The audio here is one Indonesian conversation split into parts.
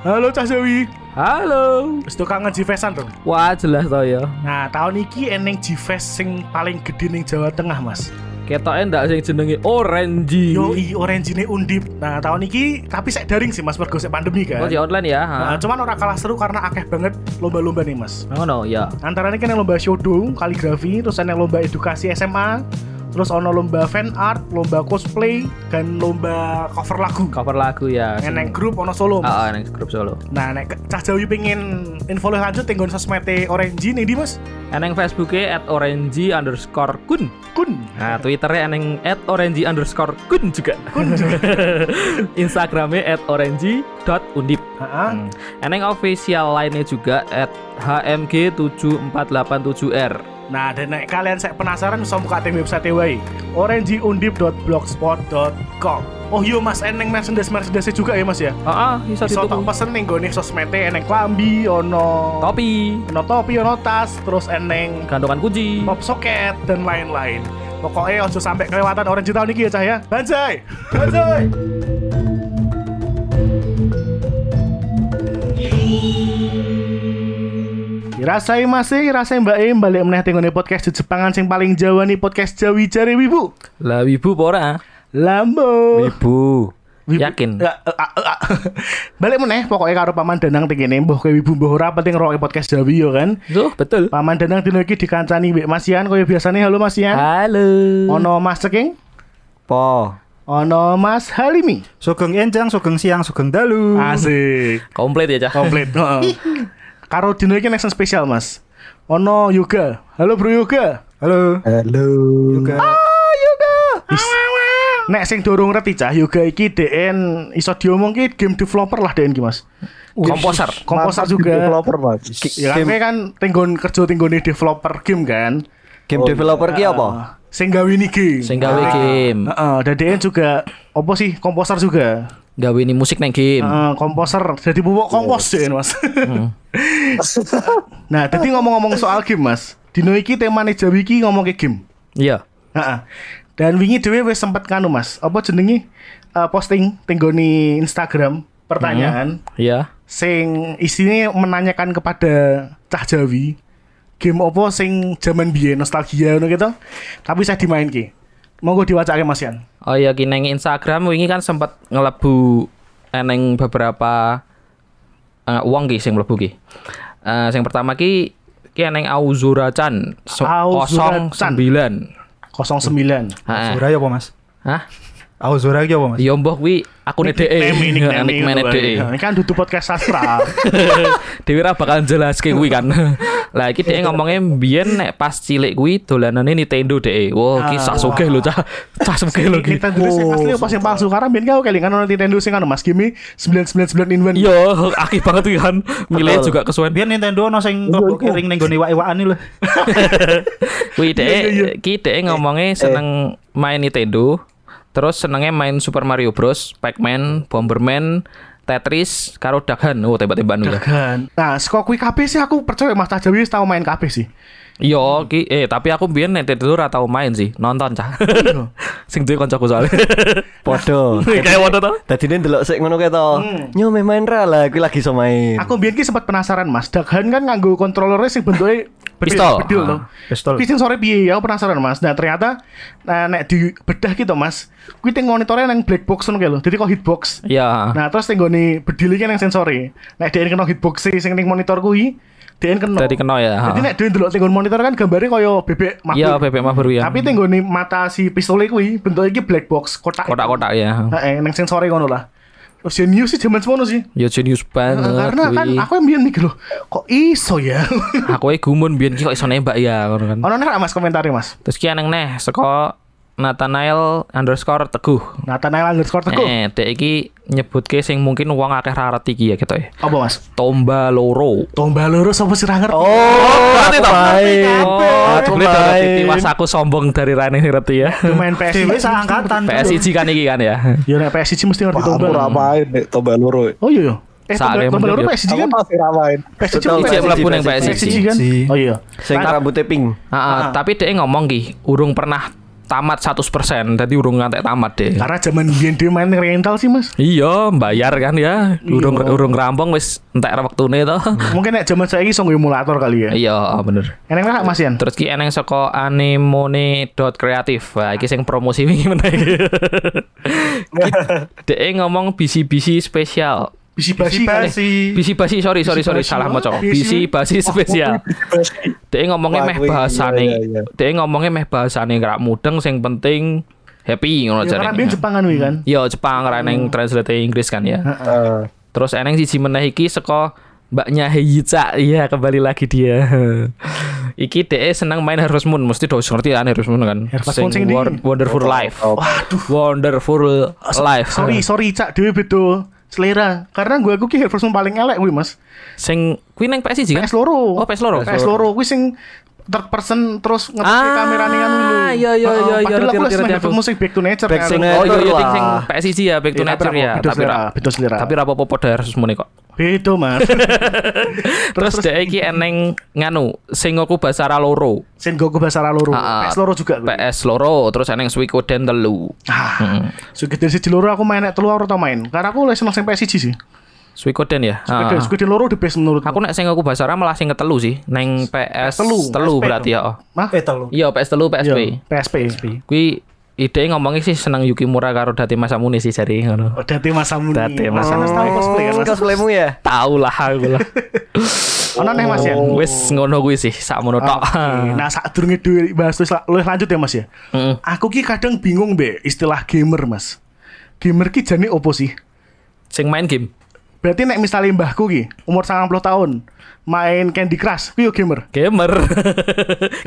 Halo Cah Jawi. Halo. Wis tuh kangen Jivesan dong. Wah jelas to ya. Nah, tahun iki eneng Jives sing paling gede ning Jawa Tengah, Mas. Ketoke ndak sing jenenge Orange. Yo iya. i orange undip. Nah, tahun iki tapi saya daring sih Mas mergo sek pandemi Oh, kan. di online ya. Ha. Nah, cuman ora kalah seru karena akeh banget lomba-lomba nih, Mas. Ngono ya. Antaranya kan yang lomba shodong, kaligrafi, terus ada yang lomba edukasi SMA, terus ono lomba fan art, lomba cosplay, dan lomba cover lagu. Cover lagu Ah. ya. Yang Neng grup ono solo. Mas. Heeh, neng grup Solo. Nah, nek Cah Jawi pengen info lebih lanjut tinggal sosmete Orange nih di Mas. Eneng Facebooke at orange underscore kun Kun. Nah Twitternya eneng at orange underscore kun juga Kun juga. Instagramnya at orange dot undip Heeh. Hmm. Eneng official lainnya juga at hmg7487r Nah, dan nek kalian saya penasaran bisa buka tim website e wae. orangeundip.blogspot.com. Oh iya Mas, eneng merchandise merchandise juga ya Mas ya. Oh, ah, bisa Bisa tak dituku pesen ning gone sosmete eneng klambi ono Topi ono topi, ono tas, terus eneng Gantungan kunci pop socket dan lain-lain. Pokoknya ojo sampai kelewatan Orange tahun ini ya Cah ya. Banzai. Banzai. Rasai masih, rasai Mbak Im balik meneh tenggone podcast Jejepangan sing paling Jawa nih podcast Jawi Jare Wibu. Lah wibu pora Lambo. Wibu Wibu- Yakin Ya, eh, ah, eh, ah. balik meneh pokoknya karo paman Danang tengene mbah kowe wibu mbah ora penting roke podcast Jawi yo kan. Tuh betul Paman Danang dino iki dikancani Mbak Mas Ian koyo biasane halo Mas Ian. Halo Hmm. Ono Mas Ceking, Po. ono Mas Halimi. Sugeng enjang, sugeng siang, sugeng dalu. Asik, Komplit ya cah komplit. heeh. Karo dino iki nexon spesial, Mas. Ono Yoga. Halo Bro Yoga. Halo. Halo. Juga. Is- Nek sing dorong ngerti cah, Yoga iki DN iso diomong ki game developer lah DN ki, Mas. Komposer Komposer Mantap juga. di Developer, Mas. Ya kan Game- kowe kan tinggon kerja tinggone developer game kan. Game developer ki apa? Sing gawe niki. Sing gawe game Heeh, dan DN juga opo sih komposer juga. gawe ini musik neng game Heeh, Eh, komposer jadi pupuk kompos DN, Mas. Nah, tadi ngomong-ngomong soal game, Mas. Dino iki temane Jawi iki ngomong ke game. Iya Heeh. Dan wingi dhewe wis sempet kanu, Mas. Apa jenenge eh, posting tenggoni Instagram pertanyaan Iya sing isinya menanyakan kepada Cah Jawi game apa sing zaman biyen nostalgia ngono gitu. Tapi saya dimainke. Monggo diwacake Mas Yan. Oh iya ki neng Instagram wingi kan sempat ngelebu eneng beberapa eh, uang ki sing mlebu ki. Eh, sing pertama ki ki eneng Auzura Chan so- Auzura 09. Chan. 09. Heeh. Zora ya apa, Mas? Hah? Auzora ki apa, Mas? Yo mbah kuwi akune DE. Nickname, nickname, Nickname gitu, DE. Ini kan dudu podcast sastra. Dewi ra bakal jelaske kuwi kan. Lah iki dhek ngomongnya biyen nek pas cilik kuwi dolanane Nintendo DE. Wah, ki Ah, sak sugih lho cah. Cah sugih lho ki. Nintendo sing asli apa sing palsu? Karena biyen kau kelingan ono Nintendo sing anu Mas Gimi 999 in one. Iya, Yo, akeh banget kuwi kan. Milih juga kesuwen. Iya, Biar Nintendo ono sing kelompok kering ning gone iwak-iwakan iki lho. Wih dek, iya, ki dek Eh, ngomongnya seneng main Nintendo, terus senengnya main Super Mario Bros, Pac-Man, Bomberman, Tetris, karo Dagan, oh tembak-tembakan ya. Kan. Nah, saka kuwi kabeh sih aku percaya Mas Tajawi wis tau main kabeh sih. Yo, ki, eh tapi aku biar Nintendo ora tau main sih, nonton cah. Iya. Sing duwe kancaku soalnya. Podo. Kayak wadah Nah, tau. Tadine ndelok sik ngono kae to. Hmm. Nyo meh main ra lah, kuwi lagi iso main. Aku biyen ki sempat penasaran Mas. Daghan kan nganggo controller sing bentuke bedil- Pistol. Bedil Ah, to. pistol. Kuwi sing sore piye? Aku penasaran Mas. Nah, ternyata nah, nek di bedah gitu Mas, kuwi teng monitore nang black box ngono kae lho. Dadi kok hitbox. Ya, Nah, terus teng gone bedil iki nang sensore. Nek dhek kena hitbox e, sing ning monitor kuwi, dhek kena. tadi kena ya. ha. Jadi nek dhewe ndelok teng nggon monitor kan gambare kaya bebek makhluk. Iya, bebek mabur ya. Tapi teng nggone mata si pistol kuwi bentuk iki black box kotak. kotak-kotak ya. Heeh, nang sensore ngono lah. Terus Genius sih zaman semono sih. Yo jenius banget. Karena kan Eh, kuwi. aku yang biyen mikir loh, kok iso ya? aku ae gumun biyen ki kok iso nembak ya ngono kan. Ono nek Mas komentari Mas. Terus ki aneng neh saka Nathanael underscore teguh Nathanael underscore teguh. Eh, dek iki nyebutke sing mungkin wong akeh ra ngerti iki ya ketok. ya. Apa Mas? Tomba loro. Tomba lurus apa sih ra ngerti? Oh, aku main. Oh, Aku boleh dong main. tiwas aku sombong dari Rane ngerti ya. Itu main PS. Dewe sak angkatan. PSIG kan iki kan ya. Ya nek PSG mesti ngerti Aku tomba. ra main nek tombak loro. Oh iya iya. Eh Sak tomba game tomba lurus dia. PSG Aku kan. masih ra main. PSG Betul, Iki kan mlebu ning PSG. PSIG. PSG kan. PSG. Oh iya. Sing rambutnya pink. Ah. Heeh, tapi dhek ngomong ki urung pernah tamat 100%, jadi urung ngantek tamat deh. Karena zaman biyen dia main rental sih, Mas. Iya, bayar kan ya. Urung Iya. Hmm. urung rampung wis entek wektune to. Mungkin nek zaman saiki sing emulator kali ya. Iya, bener. Enak lah Mas Yan. Terus ki eneng saka anemone.creative. Wah, iki sing promosi wingi meneh. iki. Dek e ngomong bisi-bisi spesial. Bisi-basi kali. Basi. Bisi basi sorry sorry sorry Bisi-basi. salah maca. Oh, Bisi basi spesial. Dek e Wah, ngomongnya meh kuwi, iya, iya, bahasane. iya. Dek e ngomongnya meh bahasane ngerak mudeng sing penting happy ngono Ya, Karena jarene. biyen Jepangan wi kan. Yo Jepang ra neng translate Inggris kan ya. Ah. Eh, Terus eneng siji meneh iki saka Mbaknya Heyica, iya kembali lagi dia. iki DE seneng main Harvest Moon, mesti udah ngerti kan Harvest Moon kan. Harvest Moon sing Won- ndi? Wonderful Life. oh. Wonderful Life. Sorry, sorry Cak, dhewe beda selera. Karena gue aku ki Heroes paling elek kuwi, Mas. Sing kuwi neng PS iki kan? PS loro. Oh, PS loro. PS loro kuwi sing third person terus ngetik Ah, kamera nih kan dulu. iya, iya, iya, iya, Padahal aku ngerti, ngerti, seneng ngerti headphone aku. musik back to nature. Back to kan. nature. Oh iya iya Betul ting sing lah. PS iki ya Back to Iya, tapi Nature rapo- ya. beda Tapi selera, ra- beda selera. Tapi ra apa-apa dari Harvest Moon kok. Beda, Mas. Terus DE iki eneng nganu sing ngoku Basara loro. Sen Goku Basara loro. Ah, PS loro juga kuwi. PS loro terus eneng Suikoden telu. Ah. Sugidir siji loro aku main nek telu ora tau main. Karena aku lagi seneng sing PS1 sih. Suikoden ya. Sugidir Ah. Sugidir loro the best menurut Aku nek sing aku basara malah sing ketelu sih, neng PS Telu. telu, PSP berarti ya. oh. Mah? Eh telu. Iya, PS telu PSP. Iya, PSP. PSP. Kuwi ide ngomongnya sih seneng Yuki Mura karo Date Masamune sih jari ngono. Oh, Date Masamune. Date Masamune. Mas tahu cosplay kan, Hmm, Mas? cosplaymu ya? Tahu lah aku lah. Oh, Ono neh Mas ya. Wis ngono kuwi sih, sak tok. Oke, Nah, saat durunge duwe bahas terus lah- luwih lanjut ya Mas ya. Heeh. Aku ki kadang bingung be istilah gamer Mas. Gamer ki jane opo sih? Sing main game, Berarti nek misalnya mbahku ki umur 90 tahun main Candy Crush, kuwi yo gamer. gamer.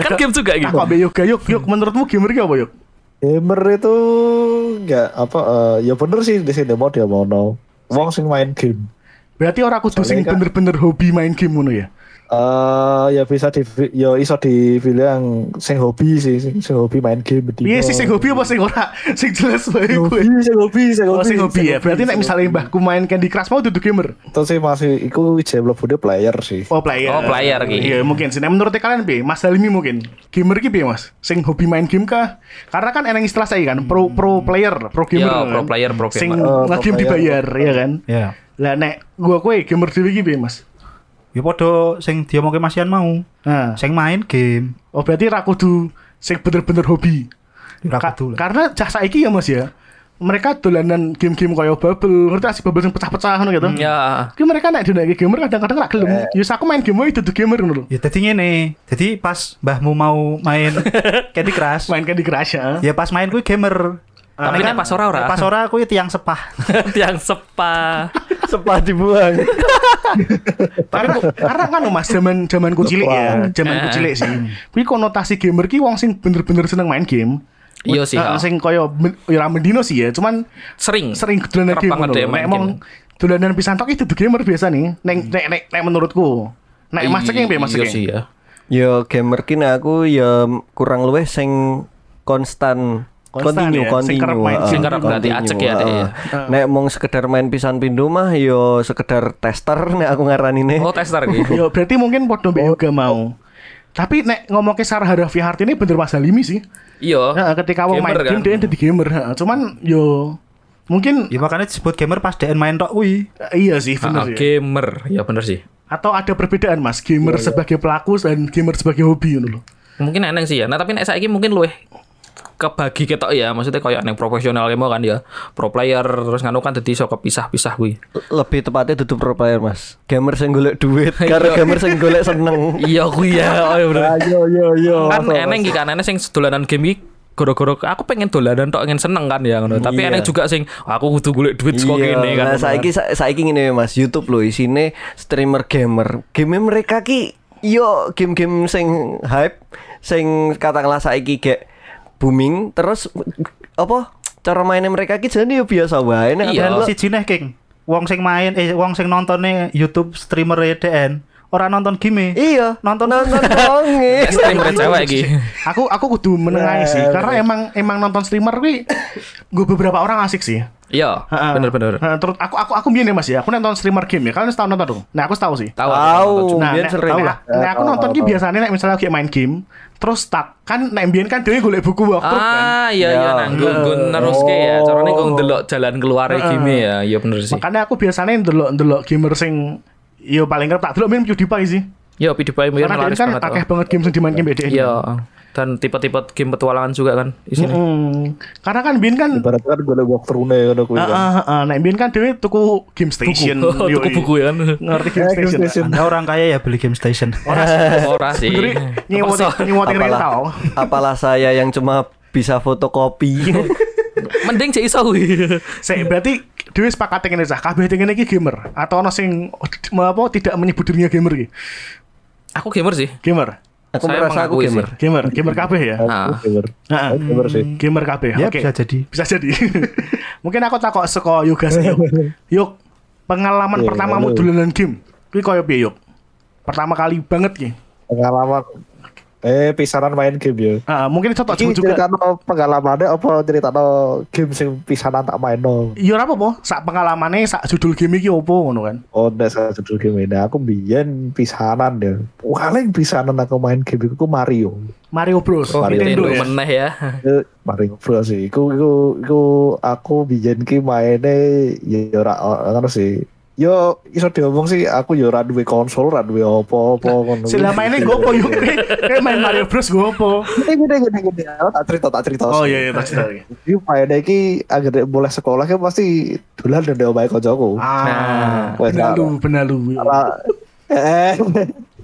kan game juga Nah, gitu. kok be yoga yuk, yuk menurutmu gamer ki apa yuk? gamer itu nggak apa eh, ya bener sih di sini mau dia mau no. Wong sing main game. Berarti orang kudu sing Soalnya kan- bener-bener hobi main game ngono ya. Eh ya bisa di ya iso dibilang sing hobi sih sing, sing hobi main game bedino. Piye sih Iya, sing hobi apa sing ora? Sing jelas bae Sing kuwi. Iya. hobi sing hobi sing Oh, hobi sing hobi ya. Berarti nek sing misalnya hobi. mbahku main Candy Crush mau dudu gamer. Terus sih masih iku jam lebih player sih. Oh player. Oh, player, Ki. Iya mungkin. Nah, menurut kalian piye? Mas Halimi mungkin. Gamer ki piye Mas? Sing hobi main game kah? Karena kan eneng istilah saya kan pro pro player, pro gamer. Iya, kan? pro player, pro gamer. Sing Oh, pro nge-game player. Iya. dibayar ya kan. Ya. Lah nek gua kowe gamer dhewe ki piye Mas? Ya podo sing dia mau Mas Ian mau. Nah, Sing main game. oh berarti ra kudu sing bener-bener hobi. Ora Ka- kudu lah. Karena jasa iki ya Mas ya. Mereka dolanan game-game kaya Bubble, ngerti gak sih Bubble yang pecah-pecah ngono gitu. Ya, Ki mereka nek dunake gamer kadang-kadang ra gelem. Eh. Yus aku main game wae dudu gamer ngono lho. Ya tadi ngene. Jadi pas mbahmu mau main Candy Iya. Crush. Main Candy Crush ya. Ya pas main kuwi gamer. Tapi nek pas ora, ora. Pas ora kuwi tiang sepah. yang sepa. Sepah dibuang. karena karena kan mas zaman zamanku cilik ya zamanku Eh. cilik sih kuwi konotasi gamer ki wong sing bener-bener seneng main game Iya sih, Eh, oh. sing koyo ben- ya ra mendino sih ya cuman Sering. sering dolanan Kerep game banget ngono deh lho. main nek Hmm. mong dolanan pisan tok itu gamer biasa nih nek nek nek, nek menurutku nek mas cek piye mas Iya Cek? sih ya. Yo Iya, gamer kin aku ya kurang luwih sing konstan Konstan continue ya, sing continue kerep main, heeh, sing kerep berarti continue, acek ya, Dek, ya. Ah. heeh. nek mong sekedar main pisan pindu mah yo sekedar tester nek aku ngaranine Oh, tester gitu. Ya berarti mungkin podo mbek yoga mau tapi nek ngomongke Sarah Harfi Hartini bener Mas Halimi sih. Iya. Nah, ketika wong main game Gamer kan? Iya. dia jadi gamer. Nah, Cuman yo mungkin Ya makanya disebut gamer pas DN main tok kuwi. eh, iya sih Ah, bener ya. Gamer, ya bener sih. Atau ada perbedaan mas, gamer sebagai pelaku dan gamer sebagai hobi gitu loh. mungkin eneng sih ya nah tapi nek saiki mungkin luwih kebagi ketok ya maksudnya kayak neng profesional game kan ya pro player terus nganu kan jadi so kepisah-pisah kuwi lebih tepatnya tutup pro player mas gamer sing golek duit Iya. karo gamer sing golek seneng iya kuwi ya oh iya bener Ayo yo yo. kan eneng iki kan eneng sing dolanan game iki goro-goro aku pengen dolanan tok ingin seneng kan ya ngono tapi eneng juga sing aku kudu golek duit saka kene kan nah, saiki sa- saiki ngene Mas, YouTube lho isine streamer gamer. Game mereka ki yo game-game sing hype, sing katakanlah saiki gek booming terus apa cara mainnya mereka ki jadi yo biasa wae nek Iya. ada Dan lo- siji neh King. Wong sing main eh wong sing nontone YouTube streamer ya, DN ora nonton game. Iya, Nonton- nonton dong. eh. streamer cewek iki Aku aku kudu menengahi sih, karena emang emang nonton streamer gue, gue beberapa orang asik sih. Iya, Heeh. bener-bener. Heeh, terus aku aku aku biyen ya Mas ya. Aku nonton streamer game ya. Kalian setahun nonton dong. Nah, aku tahu sih. Tahu. ya? aku, Tahu, tahu. Nah, biyen nek- sering. tahu lah. Nek aku tahu, nonton tahu, ki tahu. biasanya nek misalnya aku main game, terus tak kan nek biyen kan dhewe golek buku waktu kan. Ah, iya iya Ya. nanggung nggon neruske ya. Carane kok ndelok jalan keluar gini ya. Iya bener sih. Makanya aku biasanya ndelok-ndelok gamer sing yo paling kerap tak delok main PewDiePie sih. Yo PewDiePie mungkin Karena dia laris kan banget. akeh oh. banget game sing dimainkan BDN. Iya. Dan tipe-tipe game petualangan juga kan isinya. Hmm. Karena kan biyen kan Ibaratnya kan gue walkthrough nih kan aku. Heeh, kan. heeh. nek biyen kan dhewe tuku game station. Buku. Oh, yo, tuku iya. buku ya kan. Ngerti game Eh, Game station. Station. Anda orang kaya ya beli game station. Ora sih. Jadi nyewot Kepaksa. nyewot rental. apalah, apalah saya yang cuma bisa fotokopi Mending cek iso kuwi. Sik berarti dhewe sepakat ngene cah. Kabeh ngene iki gamer atau ono sing apa tidak menyebut dirinya gamer iki. Aku gamer sih. Gamer. aku Saya merasa aku mengakui sih. gamer Gamer, gamer kabeh ya. Ah. Gamer. Heeh. Aku gamer sih. Gamer kabeh. Ya Oke. bisa jadi. Bisa jadi. Mungkin aku takok saka Yoga sih, Yuk. Yuk, pengalaman Iya, pertamamu halo. dolanan game. Kuwi koyo piye, Yuk? Pertama kali banget ki. Pengalaman. Eh, pisanan main game ya. Heeh, mungkin contoh Ini juga. cerita no pengalamannya apa cerita no game sing pisanan tak main no. Yo Iya, ora apa-apa, sak pengalamane, sak judul game iki opo ngono kan. Oh, ndak salah judul game ini. Aku biyen pisanan ya. Paling pisanan aku main game iku Mario. Mario Bros. Oh, Nintendo Nintendo ya. meneh ya. Eh, Mario Bros sih. Iku iku iku aku biyen ki maine ya ora ngono sih. Yo iso diomong sih aku yo ora duwe konsol, ora duwe apa-apa ngono. Sila mainnya gue opo yuk Kayak main Mario Bros gue opo Gede gede gede gede. Aku Tak cerita tak cerita. Oh iya iya tak tahu. Jadi mainnya ki agar boleh sekolah kan pasti dolan dan omahe kancaku. Ah Wes, Benar lu tak- benar lu Ora- eh.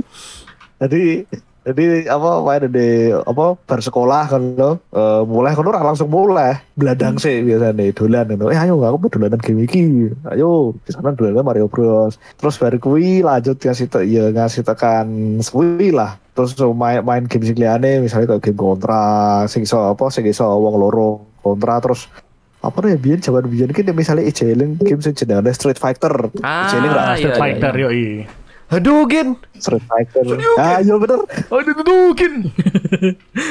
Jadi jadi apa main di apa bar sekolah kan lo Eh, mulai kan orang langsung mulai beladang sih biasanya dolan kan eh ayo aku mau dolanan game iki ayo kesana dolanan Mario Bros terus baru kui lanjut ngasih te, ya ngasih tekan kui lah terus so, main main game sing liyane misalnya kayak game kontra sing iso apa sing iso wong loro kontra terus apa nih biyen jaman biyen ki misalnya ijeling game sing jenenge Street Fighter Ah, Ijeling ra? Street Iya, iya, Fighter yo iya aduh Gin Street Fighter. Ah, iya bener. Oh itu mungkin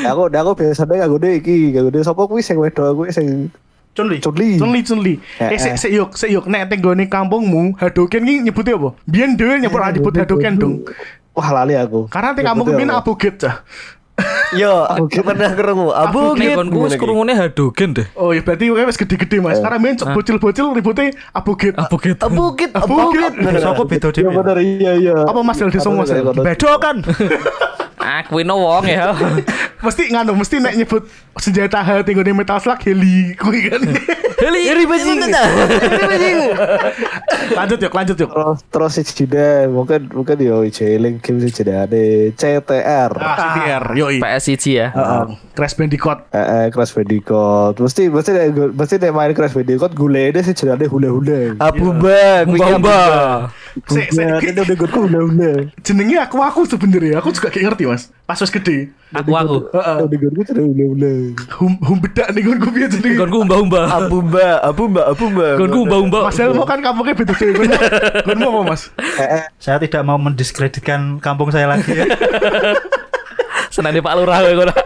Aku aku biasanya gak gede iki, gak gede sapa kuwi sing wedo kuwi sing Chunli Chun-Li. Chunli Chunli Eh Eh, eh. sik sik yuk sik yuk Nek tenggone kampungmu Hadoken ini nyebutnya apa? Bian dewe nyebut Eh, ora nyebut Hadoken dong Wah, lali aku. Karena di kampung Nyebutnya ini apa? abu git cah yo Iya, pernah kerungu abu Nek Gin konku wis krungune Hadogen deh. Oh ya berarti wes gede-gede mas Karena main bocil-bocil ributnya abu git Apa gitu? abu Gin Abu abu Gin. Gin Besok aku beda Iya dhewe. bener, iya iya. Apa mas Del Desong mas Apa- Bedokan Aku ini wong ya. Mesti nganu Mesti nek nyebut senjata hati Tenggone metal slug Heli Kuih kan Heli, heli Lanjut yuk lanjut yuk Terus terus si Cide, mungkin mungkin yo ijeling game sing jenenge CTR. Ah, CTR, yoi. PSIG ya. Heeh. Um. Crash Bandicoot. Eh, eh, Crash Bandicoot. Mesti mesti nek go- mesti nek main Crash Bandicoot gulene sing jenenge Ah, hula-hula. abu ba kuwi Mbak-mbak. Sik, sik. Ya, ini udah gue hula-hula. Jenenge aku aku sebenarnya, aku juga gak ngerti mas. Pas wis gede, Aku aku. Heeh. Udah gue hula-hula. hum hum bedak nih gue biar ya jenenge. Gonku umba-umba. abu ba abu ba abu ba Gonku umba-umba. Mas Del mau kan kampungnya beda cewek gue. Gue mau apa mas? Eh, Saya tidak mau mendiskreditkan kampung saya lagi ya. Senane Pak Lurah kowe kono. Eh,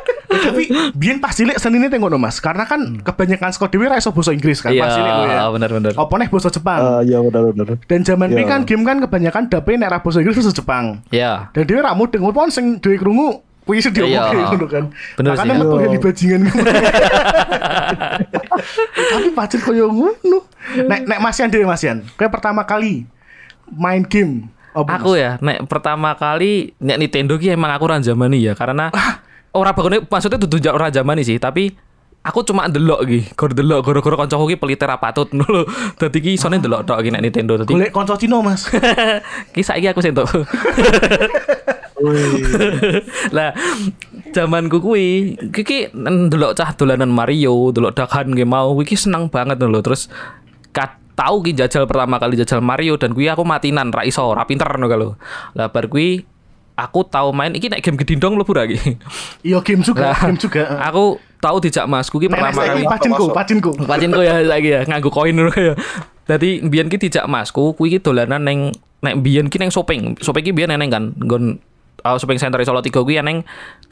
Tapi biyen pas cilik senine tengok no mas, karena kan kebanyakan sekolah dewi ra iso basa Inggris kan Iya, pas cilik gue ya. bener-bener. Apa nih basa Jepang? Eh, ya benar-benar. Dan zaman iya. ini kan game kan kebanyakan dapet nek ra basa Inggris basa Jepang. Ya. Dan dia ra mudeng pun sing duwe krungu kuwi sing diomongke Iya. ngono kan. Bener sih. Iya. Makanya metu Iya. heli bajingan. Tapi pacar koyo ngono. Nek nek Masian dhewe Masian. Kowe pertama kali main game apa? Aku ya, nek pertama kali nek Nintendo ki emang aku orang zaman ya karena ora bagone maksudnya dudu ja- ora zaman sih, tapi aku cuma delok ki, gor delok goro-goro kancaku ki pelite ra patut lho. Dadi ki isone delok tok ki nek Nintendo dadi. golek kanca Cina, Mas. Ki saiki aku sentok. Lah zamanku kuwi kiki ndelok cah dolanan Mario, ndelok dagan ge mau kuwi ki seneng banget lho. Terus kat tau ki jajal pertama kali jajal Mario dan kuwi aku matinan ra iso, ra pinter no kalau. Lah bar kuwi aku tau main iki nek game gedindong mlebu ra ki. Iya game juga, Lah game juga. aku tau dijak Masku ki Nek pertama saya kali. iki pacinku, pacinku. Pacinku ya saiki ya nganggo koin ngono ya. Dadi mbiyen ki dijak Masku kuwi ki dolanan ning nek mbiyen ki ning shopping. Shopping ki mbiyen eneng kan nggon uh, shopping center Solo 3 kuwi eneng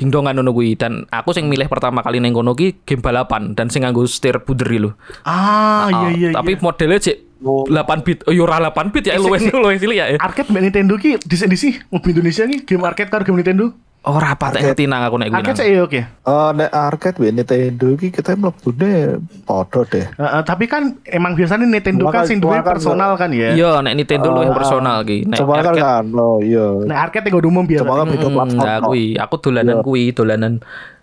dingdongan ngono kuwi dan aku sing milih pertama kali neng kono ki game balapan dan sing nganggo setir puder lho. Ah, iya Ah, iya. tapi iya. modelnya cek 8 bit. Oh, yo ora 8 bit ya luwes luwes cilik ya. arcade mbak Nintendo ki di sini sih mobil Indonesia nih game arcade karo game Nintendo. Ora patek ngerti nang aku nek kuwi. Arcade nang. saya oke. Eh, nek arcade biar Nintendo iki kita mlebune padha deh. Heeh, tapi kan emang biasanya Nintendo kan Cuma sing kan- duwe cuma kan- personal kan ya. Iya, nek Nintendo luwih Oh, personal ki. Nek Coba kan arcade- kan lo iya. Nah, arcade yang umum biar. Coba kan beda Hmm, platform. nah, no. kuwi aku Iya. dolanan kuwi, dolanan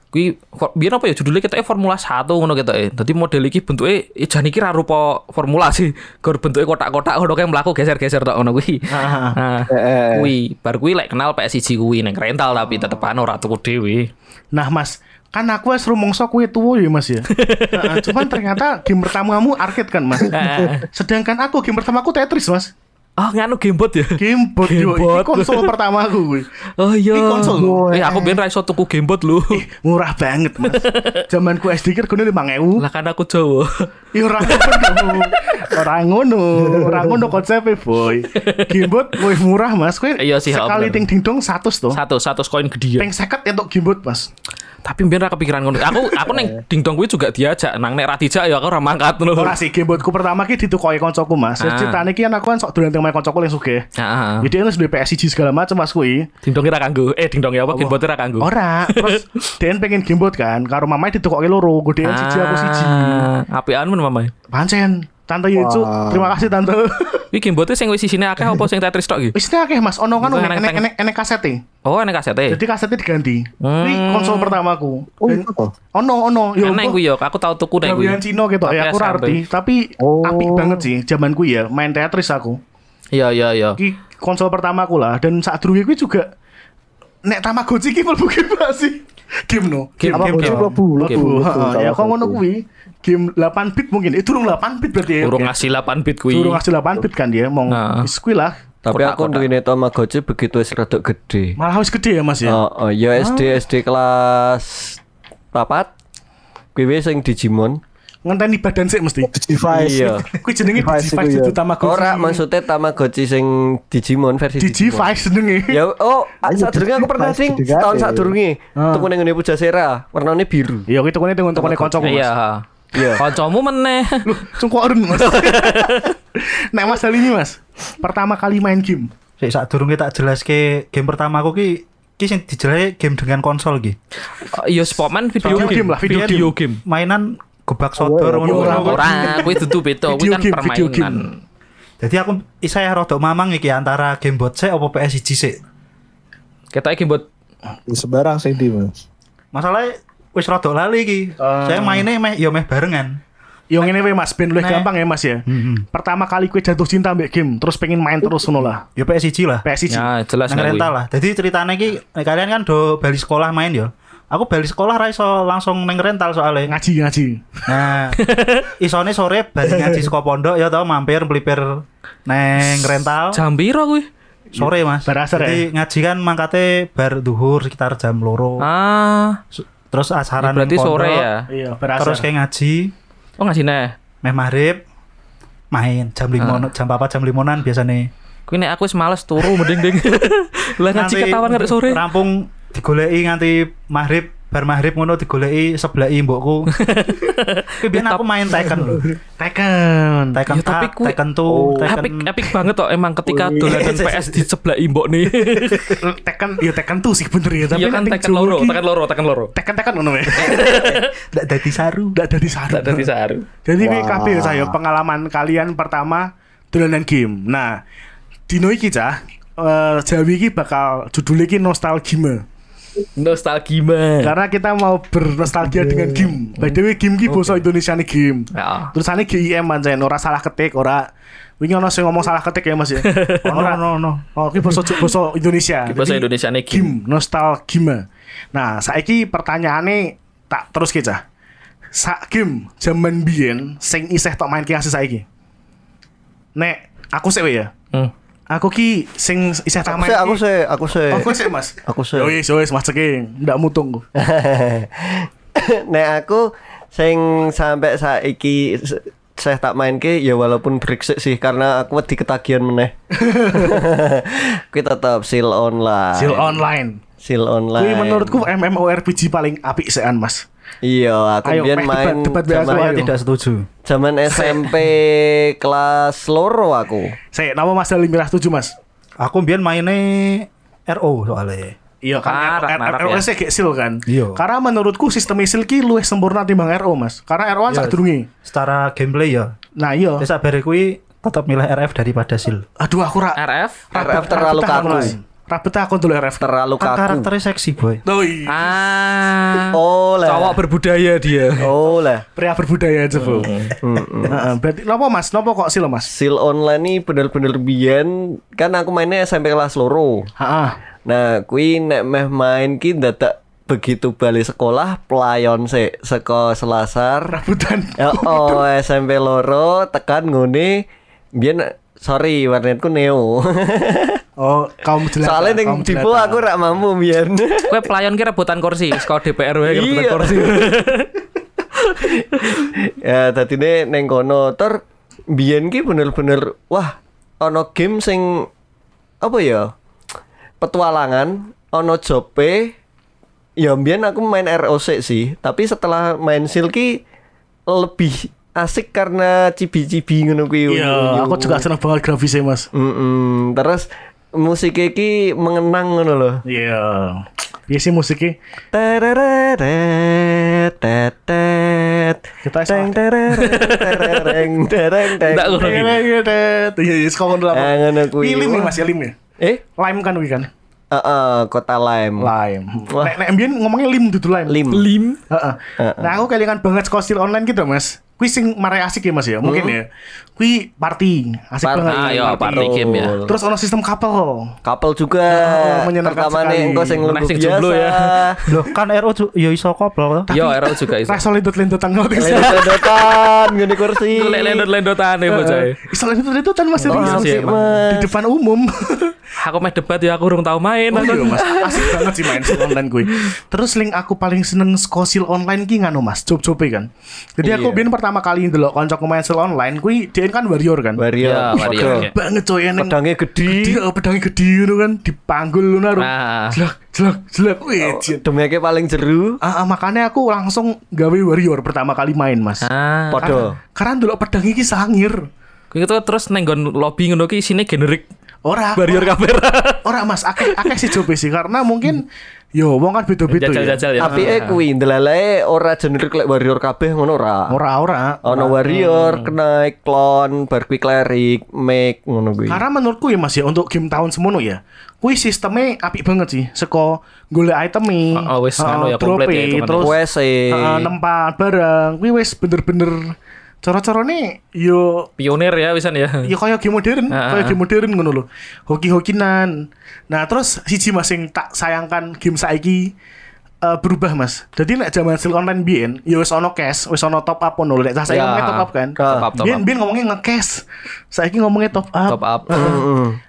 kuwi for- biyen apa ya judulnya kita Formula 1 ngono kita eh. Dadi model iki bentuke eh, jan iki ra rupa formula sih. Gur bentuke kotak-kotak ngono kayak mlaku geser-geser tok ngono kuwi. Nah, Eh, kuwi bar kuwi lek kenal PS1 kuwi ning rental tapi Oh. tetepan ora tuku dhewe. Nah, Mas, kan aku es rumongso kue tua ya mas ya Heeh, Cuman ternyata game pertama kamu arcade kan mas Heeh. Sedangkan aku game pertama aku Tetris mas Ah, nganu gamebot ya. Game board yo, ini Gamebot. konsol pertama aku gue Oh iya. Ini konsol. Eh, aku ben ra iso tuku gamebot lho. murah banget mas zamanku SD kira gue lima ngewu Lah kan aku Jawa. ya orang ngono orang ngono orang ngono konsepnya boy gimbot boy murah mas kue Iya sih, sekali bener. ting ting dong satu tuh Satu, satu koin gede ya. peng seket untuk gimbot mas Tapi biar ra kepikiran ngono. Aku aku neng dingdong kuwi juga diajak nang nek ra dijak ya aku ora mangkat lho. Eh. Ora sih gimbotku pertama ki ditukoi koncoku mas Terus Ah. ceritanya ki kan aku kan sok durian tengah koncoku yang sugih Heeh. Jadi harus duwe PSG segala macam mas kui Dingdongnya ra kanggo. Eh dingdongnya apa? Gamebote ra kanggo. Ora Terus Dean pengen gimbot kan Karo mamanya ditukoki loro Gue Dean siji aku siji Ah, Apian men mamai. Pancen Tante Yecu Wah. Terima kasih tante Iki gamebote sing wis isine akeh apa sing Tetris tok iki? Wis ini akeh mas Ono kan Bukan enek enek- enek enek enek kasete Oh, ana kasete. Jadi kasetnya diganti Ini Hmm. konsol pertamaku Oh, Dan- iya toh. Ono ono Ya Enak kuwi ya, aku tau tuku nek kuwi. Gawian Cino gitu Tapi ya Aku SMP. rarti Tapi Oh. apik banget sih Zamanku ya Main Tetris aku Iya, iya, iya. Ki konsol pertamaku lah Dan saat dulu gue juga Nek Tamagotchi ki mlebu game apa sih Game no Game, Apa game, kunci game. mlebu Game. mlebu. Heeh, ya kok ngono kuwi game 8 bit mungkin itu durung 8 bit berarti ya Urung ngasih 8 bit kuwi. durung ngasih 8 bit kan dia mong Nah. wis kuwi lah Tapi aku duwene Tamagotchi begitu wis rada gede. malah wis gede ya Mas ya Oh, oh ya SD SD kelas papat. Kuwi wis sing Digimon. ngenteni badan sik mesti Device. Iya. kuwi jenenge Device Digivice itu ya. itu Tamagotchi Ora maksudnya Tamagotchi sing Digimon versi Digimon. Digivice jenenge Ya oh, Ayo, sadurunge aku pernah Digimon, sing Digimon. setahun sadurunge tuku ning ngene Pujasera, warnane biru. ya kuwi tekone tekone tekone kancaku Mas Iya. Kancamu meneh. Loh, cungko arun Mas Nek Mas Dali ini Mas pertama kali main game Sik sak durunge tak jelaske game pertama aku ki ki sing dijelaske game dengan konsol ki. Iya, Spokman video Soalnya game lah, video Video game. Mainan gobak sodor Oh, ngono iya, kuwi. Ora, kuwi dudu beda, kuwi Video kan game, video permainan. game. Jadi aku saya rodok mamang iki antara game bot sik apa PS1 sik. Kita iki buat Di Sembarang sing di Mas. Masalahnya wis rodok lali iki. Saya mainnya meh ya meh barengan. Yo ngene wae Mas ben luwih Nah. Nek- gampang ya Mas ya Hmm. pertama kali kue jatuh cinta mbek game terus pengen main terus ngono lah Ya PS1 lah. PSG Uh. ya jelas Nang nggak kuwi. rental lah. Jadi ceritanya ki nek kalian kan do balik sekolah main ya. Aku balik sekolah ra iso langsung neng rental soalnya. ngaji ngaji Nah, isone sore balik ngaji saka pondok ya tau mampir melipir neng rental Jam piro kuwi? sore Mas. Bar asar ya? Jadi ngaji kan mangkate bar duhur sekitar jam Oh. loro. Ah, Su- Terus ya asaran berarti neng pondok, sore ya. iya berasal Terus kayak ngaji, Oh ngasih neh. meh maghrib main jam lima Ah. jam apa jam limonan biasanya Kuwi nek aku wis males turu mending ding. Lah ngaji Nanti ketahuan ngarep sore. rampung digoleki nganti maghrib bar maghrib ngono digoleki sebelaki mbokku Kuwi biyen aku main Tekken lho. Tekken Tekken Ya, tapi tapi kuwi- Tekken tuh, Epic Tekken epic banget toh emang ketika dolanan PS di sebelah imbok nih. Tekken ya Tekken tuh sih bener ya tapi Iya kan nanti tekan jauh loro, lagi. tekan loro, tekan loro. Tekken Tekken ngono ya ndak dadi saru. ndak dari saru Tak dadi saru. jadi ini Wah. kabeh saya pengalaman kalian pertama dolanan game nah dino iki cah eh, Jawi iki bakal judul iki nostalgia Nostalgia. karena kita mau bernostalgia dengan game by the way game ki basa Indonesia nih game Ya. tulisannya GIM anjen ora salah ketik ora wingi ono sing ngomong salah ketik ya Mas ya Ono ono ono. oh ki basa basa Indonesia Bahasa Nah, Jadi- Indonesia nih game. Gim, nostalgia. Nah, saiki pertanyaane tak terus kecah. Sak game jaman biyen sing isih tok main asih saiki. Nek aku sik we ya. Hmm. Aku ki sing isih tak Aku main. se aku ki- se aku se. Oh, kowe sik, Mas. Aku sik. Yo wis, yo wis, Mas Ceki. Ndak mutung. Nek aku sing sampai saiki s- saya tak main ke ya walaupun break sik sih karena aku wedi ketagihan meneh. Kita tetap seal online. Seal online. Seal online. Kuwi menurutku MMORPG paling apik sean, Mas. Iya, aku Ayo, biyen meh, main debat- debat biasa, zaman, Saya ayo. tidak setuju. zaman SMP kelas loro aku. Saya nama Mas Dali Mirah 7, Mas. Aku biyen mainnya RO soalnya. Iya kan Parah, parah, ya. RO sih gak seal kan. Iya. Karena menurutku sistem seal ki luwih sempurna timbang RO, Mas. Karena RO kan sadurunge. Secara gameplay ya. Nah, iya. Terus sabar kuwi tetap milih RF daripada Sil. Aduh aku ra RF RF terlalu kaku. Rabet aku dulu RF. Terlalu Kan kaku. karakternya seksi boy. Doi. ah Oh cowok lah. berbudaya dia Oh lah. Pria berbudaya aja, Bro. Heeh, berarti nopo Mas? Nopo kok silo, Mas? Seal online nih bener-bener biyen kan aku mainnya SMP kelas loro. Heeh. Nah, kui nek meh main ki dadak begitu balik sekolah pelayon se seko Selasar. Rebutan. Ya, Oh, SMP loro tekan ngene biyen sorry warnetku neo. Oh, kaum jelata. Soalnya ning tipu aku rak mampu biyen. Kue pelayan kira rebutan kursi, sekolah DPR wae rebutan Iya. kursi. ya tadine neng kono ter biyen ki bener-bener wah ono game sing apa ya petualangan ono jope ya biyen aku main ROC sih tapi setelah main Silky E lebih asik karena cibi-cibi ngono kuwi Iya, aku juga seneng banget grafisnya, Mas. Mm-mm. terus musik iki mengenang ngono loh Iya. Iya sih musiknya Tereret, tetet. Kita salah. Teng, tereret, terereng, tereng, teng. Ndak ngono iki. Iya, iya, sekolah ngono Eh, ngono apa? kuwi. Ini lim ya, Mas, ya lim ya. Eh, Lime kan kuwi kan. eh, eh, kota Lime. Lime. Wah. Nek nek mbiyen ngomongnya lim dudu lime. Lim. Heeh. Nah, aku kelingan banget sekolah skill online gitu, Mas. Kuwi sing mare asik ya, Mas ya. Mungkin ya. Kuwi party, asik Hmm. banget. Party. Ah, yo party game ya. Terus ono sistem couple. Kapal juga. Oh, menyenangkan sekali. Rekamannya engko sing Meneh lebih sing biasa. jomblo ya. Loh kan RO ju- ya iso koplo. Yo Ero juga iso. Ras solidut lendutan ngono. Lendot-lendotan, ngene kursi. Golek lendot-lendotan ya bocah. Iso lendut-lendutan Mas. Oh, serius, asik, Mas. Mas. Di depan umum. Aku meh debat ya aku urung tau main. Oh, iya, aku. Mas. Asik banget sih main skill online kuwi. Terus link aku paling seneng skosil online ki ngano, Mas. Job-jobe kan. Jadi aku biyen pertama kali ndelok kancaku main skill online kuwi dia kan warrior kan. Wario. Ya, Wario, Waduh. ya. banget coy neng Pedangnya gede. gede oh, pedangnya gede gitu kan dipanggul lu naruh Nah. jelek jelek jelek wih Oh. jen. Demeke paling jeru. Ah, ah, makanya aku langsung gawe warrior pertama kali main mas Ah, Podo. karena dulu pedang iki sangir kuwi itu gitu, terus neng nggon lobby ngono ki isine generik ora barrier kamera. ora mas akeh akeh sih coba sih karena mungkin yo wong kan beda beda ya Jajal-jajal ya. Apike kuwi ndelalae ora generik lek Warrior kabeh ngono ora. ora ora Ono Oh, warrior, Hmm. kenaik, klon, bar quick cleric, make ngono kuwi. karena menurutku ya mas ya untuk game tahun semono ya kuwi sistemnya apik banget sih seko golek item Oh, oh, wis anu ya, komplit ya, hitungannya. terus WC. Heeh, nempat barang kuwi wis bener-bener cara-carane yo Pionir ya wisan ya. ya kaya game modern, Heeh. kaya game modern ngono lho. Hoki-hokinan. Nah, terus siji Mas sing tak sayangkan game saiki eh, berubah Mas. Jadi nek zaman sil online biyen ya wis ono cash, wis ono top up ngono. Nek saya Ya, ngomongnya top up kan. top up, top Biyen up. biyen ngomongnya nge-cash. Saiki ngomongnya top up. Top up.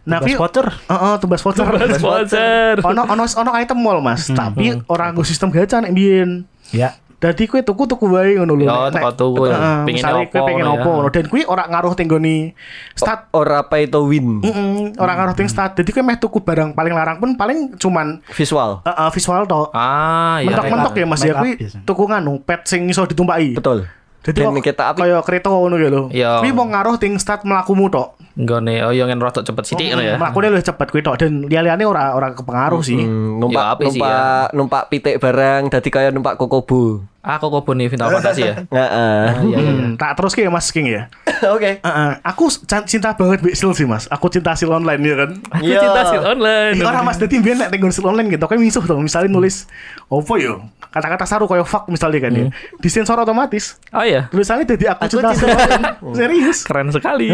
Nah, Mas kuwi- voucher. Heeh, tumbas voucher. Sponsor. Ono ono ono item mall Mas, tapi orang nggo sistem gacha nek biyen. Ya. Dadi kowe tuku tuku wae ngono lho. Ya, tuku-tuku ya. Pengennya Pengen apa opo. Pengen ngono ya. opo ngono. Dan kuwi ora ngaruh tenggoni stat. Ora pay to win Heeh, ora ngaruh ting stat. Jadi kowe meh tuku barang paling larang pun paling cuman visual. eh, eh, visual to. Ah, iya. Mentok-mentok ya Mas ya Make up kuwi biasanya. tuku nganu pet sing iso ditumpaki. Betul. Jadi Dan kok kita apik. kaya krito ngono ya lho. Iya. Kuwi mau ngaruh ting stat melakumu tok. Nggone oh yo ngen rotok cepet sithik ngono ya. Melakunya lebih cepat kuwi tok dan liane ora ora kepengaruh sih. Ya, Hmm, numpak apik sih, numpak numpak pitik barang dadi kaya numpak kokobu. Aku kok bone Final Fantasy ya. Heeh. Iya iya. Hmm, tak terus ya Mas King ya. Oke. Heeh, aku c- cinta banget Mbak Sil sih Mas. Aku cinta Sil online ya kan. Aku Iya. cinta sih online. Iya orang mas dadi biyen nek nggon skill online gitu kayak misuh dong misalnya nulis opo yo kata-kata saru koyo fuck misalnya kan ya disensor otomatis Oh iya. tulisannya jadi aku, Aku cinta cinta online serius Keren sekali.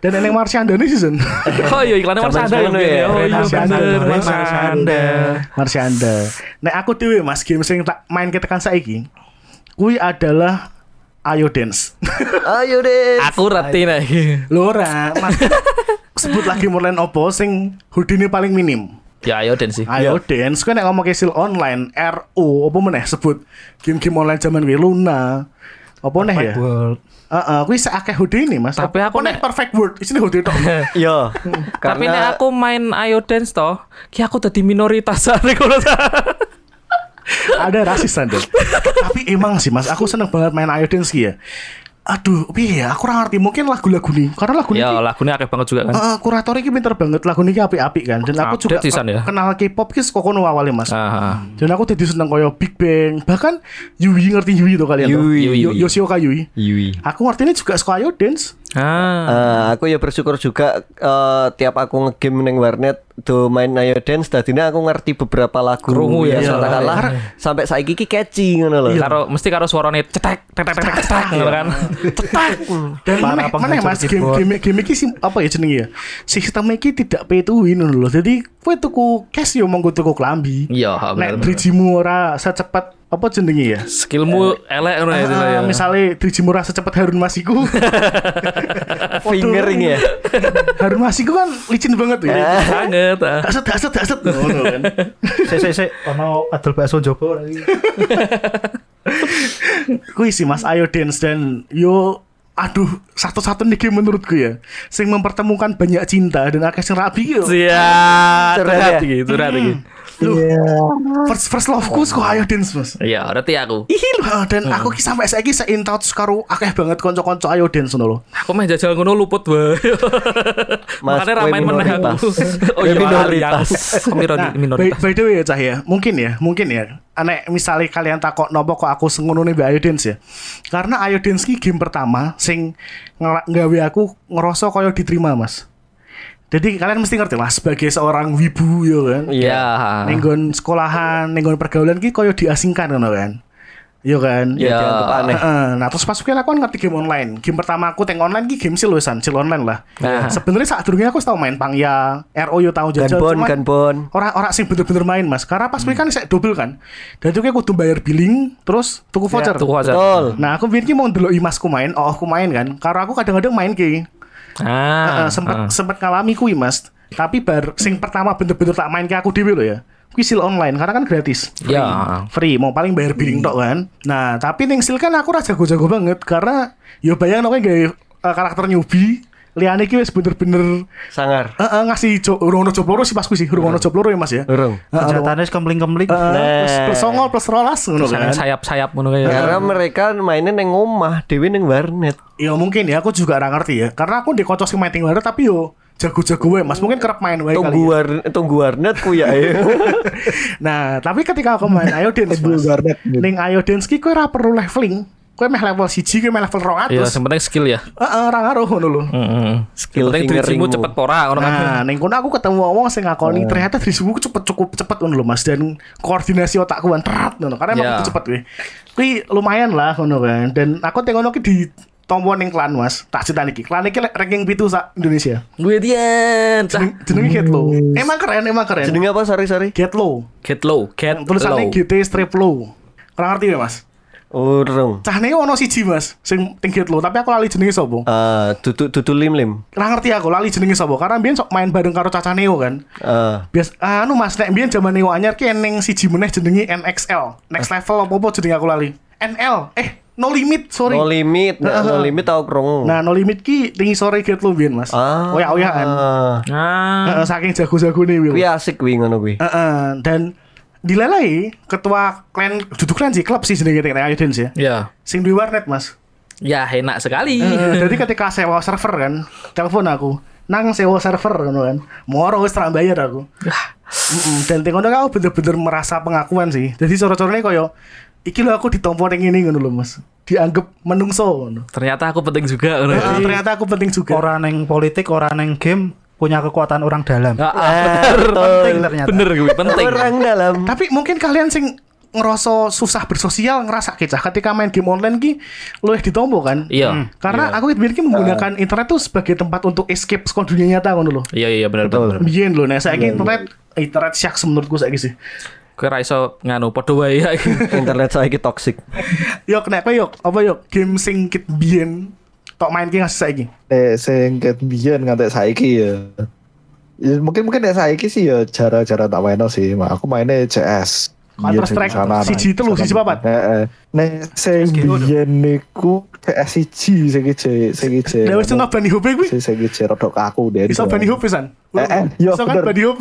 dan eneng Marsyandani sih Sun oh iya iklannya Zaman Mas Anda ya. semono ya. Oh iya Marsyanda, bener Mas Marsyanda. Anda. Marsyanda nek aku dhewe mas game sing tak main ketekan saiki kuwi adalah Ayo Dance Ayo deh. Aku reti nih. Lora mas sebut lagi online opo sing hoodie paling minim Ya ayo dan sih. Ayo dance, kau nek ngomong kesil online, RO, apa meneh sebut game-game online zaman kuwi Luna, apa meneh ya? World. Heeh, kuwi seakeh hode ini, Mas. Tapi aku Kok nek nek- perfect word, isine hode tok. Yo. Tapi nek aku main Ayo Dance toh, ki aku dadi minoritas arek ngono ta. Ada rasis Anda. Tapi emang sih, Mas, aku seneng banget main Ayo Dance ki ya. Aduh, piye ya? Aku ora ngerti mungkin lagu-lagu nih. Karena lagu Ya ini lagunya akeh banget juga kan. Heeh, kurator ini pinter banget lagu ini apik-apik kan dan aku juga Update sisan ya. kenal K-pop ki saka kono awalnya mas Ah, Hmm. dan aku jadi seneng koyo Big Bang bahkan Yui ngerti Yui tuh kalian tuh Yui, Yo- Yui. Yoshioka Yui Yui. aku ngerti ini juga suka Ayo Dance ah. Eh, aku ya bersyukur juga eh, tiap aku ngegame neng warnet do main Ayo Dance tadinya aku ngerti beberapa lagu Krungu ya, soalnya. yang Iya. katakanlah Iya. sampai saiki ki catchy ngono lho. Eh, Karo mesti karo suarane cetek cetek cetek cetek gitu kan. Cetek. dan Para mana mana penghancur mas game keyboard. game game ini sih apa ya jenenge ya sistemnya ini tidak pay to win loh jadi kue tuku cash yo monggo tuku klambi Iya, ha, bener, nek bener. drijimu ora secepat apa jenenge ya Skillmu elek ngono ya. Dila, ya. Ah, misalnya drijimu ora secepat Harun Masiku Fingering ya. Harun Masiku kan licin banget tuh ya Sangat. ah. daset daset daset ngono kan Sik sik sik ono adol bakso njaba lagi. Kui sih mas Ayo Dance dan yo aduh satu-satu nih game menurutku ya sing mempertemukan banyak cinta dan akeh sing rabi yo Siap. Curhat ya? iki, curhat iki. Loh, first first loveku suka Ayo Dance mas Iya, ngerti aku. Ah, dan aku ki sampai saiki sein touch karo akeh banget kanca-kanca ayo dance ngono lho. Aku mah jajal ngono luput wae. Mas, Makanya kue ramain meneh aku. minoritas. Oh Kue iya, minoritas. alias. Aku minori- Nah, by, minoritas. by the way ya Cah ya, mungkin ya, mungkin ya. Aneh misalnya kalian takut nopo kok aku sengono nih Ayo Dance ya. Karena Ayo Dance ki game pertama sing ngela- nggawe aku ngerasa koyo diterima, Mas. Jadi kalian mesti ngerti lah sebagai seorang wibu ya kan. Iya. Nenggon sekolahan, nenggon pergaulan ki koyo diasingkan kan kan. Iya kan? Ya, Ya. dianggap aneh. Heeh. Nah terus pas kuliah aku kan ngerti game online. Game pertama aku teng online ki game silusan, sil online lah. Nah. Sebenarnya saat dulu aku tau main Ya, Pangya, RO yo tau jajal. Ganbon, cuman ganbon. Orang-orang sih bener-bener main mas. Karena pas kuwi kan Hmm. saya double kan. Dan itu kayak kudu bayar billing, terus tuku voucher. Ya, Tuku aja. Betul. Nah aku biar ki mau delok imasku main, oh aku main kan. Karena aku kadang-kadang main ki. Heeh, Ah, sempet sempet ngalami kuwi mas. Tapi bar sing pertama bener-bener tak main ki aku dhewe lho ya. Kuwi sil online karena kan gratis. Free. Ya. Hmm. Free, mau paling bayar billing tok kan. Nah, tapi ning sil kan aku ra jago-jago banget karena yo bayang oke gaya eh, karakter newbie liane ki wis bener-bener Sangar. eh, eh, ngasih jo, urung ono job loro sih pas kuwi sih, urung ono job loro ya Mas ya. Urung. Heeh, Senjatane kempling-kempling. Eh, plus, plus songo plus rolas ngono kan. Sangat sayap-sayap ngono kayak. gitu. Karena mereka mainnya neng omah, dewi neng warnet. Ya mungkin ya aku juga ra ngerti ya. Karena aku di kocok sing main ting baru, tapi yo jago-jago wae Mas. Mungkin kerap main wae kali. Tunggu ya. war, tunggu warnetku ya. Nah, tapi ketika aku main Ayo Dance Mas. Warnet. Ning Ayo Dance ki kowe ora perlu leveling. Kowe meh level 1, kowe meh level 200. Iya, Heeh, yang penting skill ya. ora ngaruh ngono lho. Heeh. Skill penting fingeringmu. drijimu cepet pora ngono kan. Nah, ning kono aku ketemu wong sing ngakoni ternyata drisimu cepet cukup cepet ngono lho Mas dan koordinasi otakku kan terat ngono karena emang Ya. aku cepet kuwi. Kuwi lumayan lah ngono kan. Dan aku tengok ngono ki di tombo ning klan Mas. Tak critani iki. Klan iki le- ranking 7 sak Indonesia. Gue dian. Cah. Jeneng- Jenenge Getlo. Emang keren, emang keren. Jeneng apa sorry sorry? Getlo. Get low, get low. Tulisannya gitu. GT strip low. Kurang ngerti ya, Mas? Urung. Cah nih ono siji mas, sing tinggi lo, tapi aku lali jenenge sopo. Ah, tutu tutu lim lim. Nah ngerti aku lali jenenge sopo, karena biyen sok main bareng karo Caca Neo kan. Ah, Bias, anu mas, nek biyen zaman Neo anyar ki eneng siji meneh jenenge NXL, next level apa apa jenenge aku lali. NL, eh no limit sorry. no limit, nah, no limit tau krungu. Nah no limit ki tinggi sore gitu lo biyen mas. ah, Oya oya kan. Ah, Heeh, saking jago-jago nih Kuwi asik kuwi ngono kuwi. dan dilalai ketua klan duduk klan sih klub sih jenenge Tek Ayo Dance ya. ya. Sing di warnet mas. Ya enak sekali. Eh, jadi ketika sewa server kan, telepon aku, nang sewa server kan kan, moro wis tak bayar aku. Mm-mm, Dan tengok aku bener-bener merasa pengakuan sih. Jadi coro-corone koyo iki lho aku ditompo ning ini ngono lho Mas. Dianggap menungso ngono. Ternyata aku penting juga ngono. kan? Ah, ternyata aku penting juga. Ora neng politik, ora neng game punya kekuatan orang dalam. Ah, ah, Penting ternyata. bener gue penting. Orang dalam. Tapi mungkin kalian sing ngerasa susah bersosial ngerasa kecah ketika main game online ki lu ditompo kan Iya. Ah. karena aku biar ki menggunakan internet tuh sebagai tempat untuk escape saka dunia nyata ngono lho Iya iya bener bener. biyen lho nah Iya, saiki internet internet syaks menurutku saiki sih Gue ra iso nganu padha wae ya. Internet saya toxic. Yok nek kowe yok apa yok game sing kit biyen tok main ki ngasih saiki. Nek sing ket biyen ngantek saiki ya. Ya, mungkin mungkin nek saiki sih ya jarang-jarang tak maino sih. Mak, Aku mainnya CS. Counter sing Strike sana, nah, siji telu, sana. siji papat. gitu. Heeh. Nek sing SGO dong. biyen niku CS1 sing iki sing iki. Lah wis nang Bani Hope kuwi. sing sing iki rada kaku deh. Bisa Bani Hope pisan. iya. Eh, eh, iya, Bisa kan bener. Bani Hope.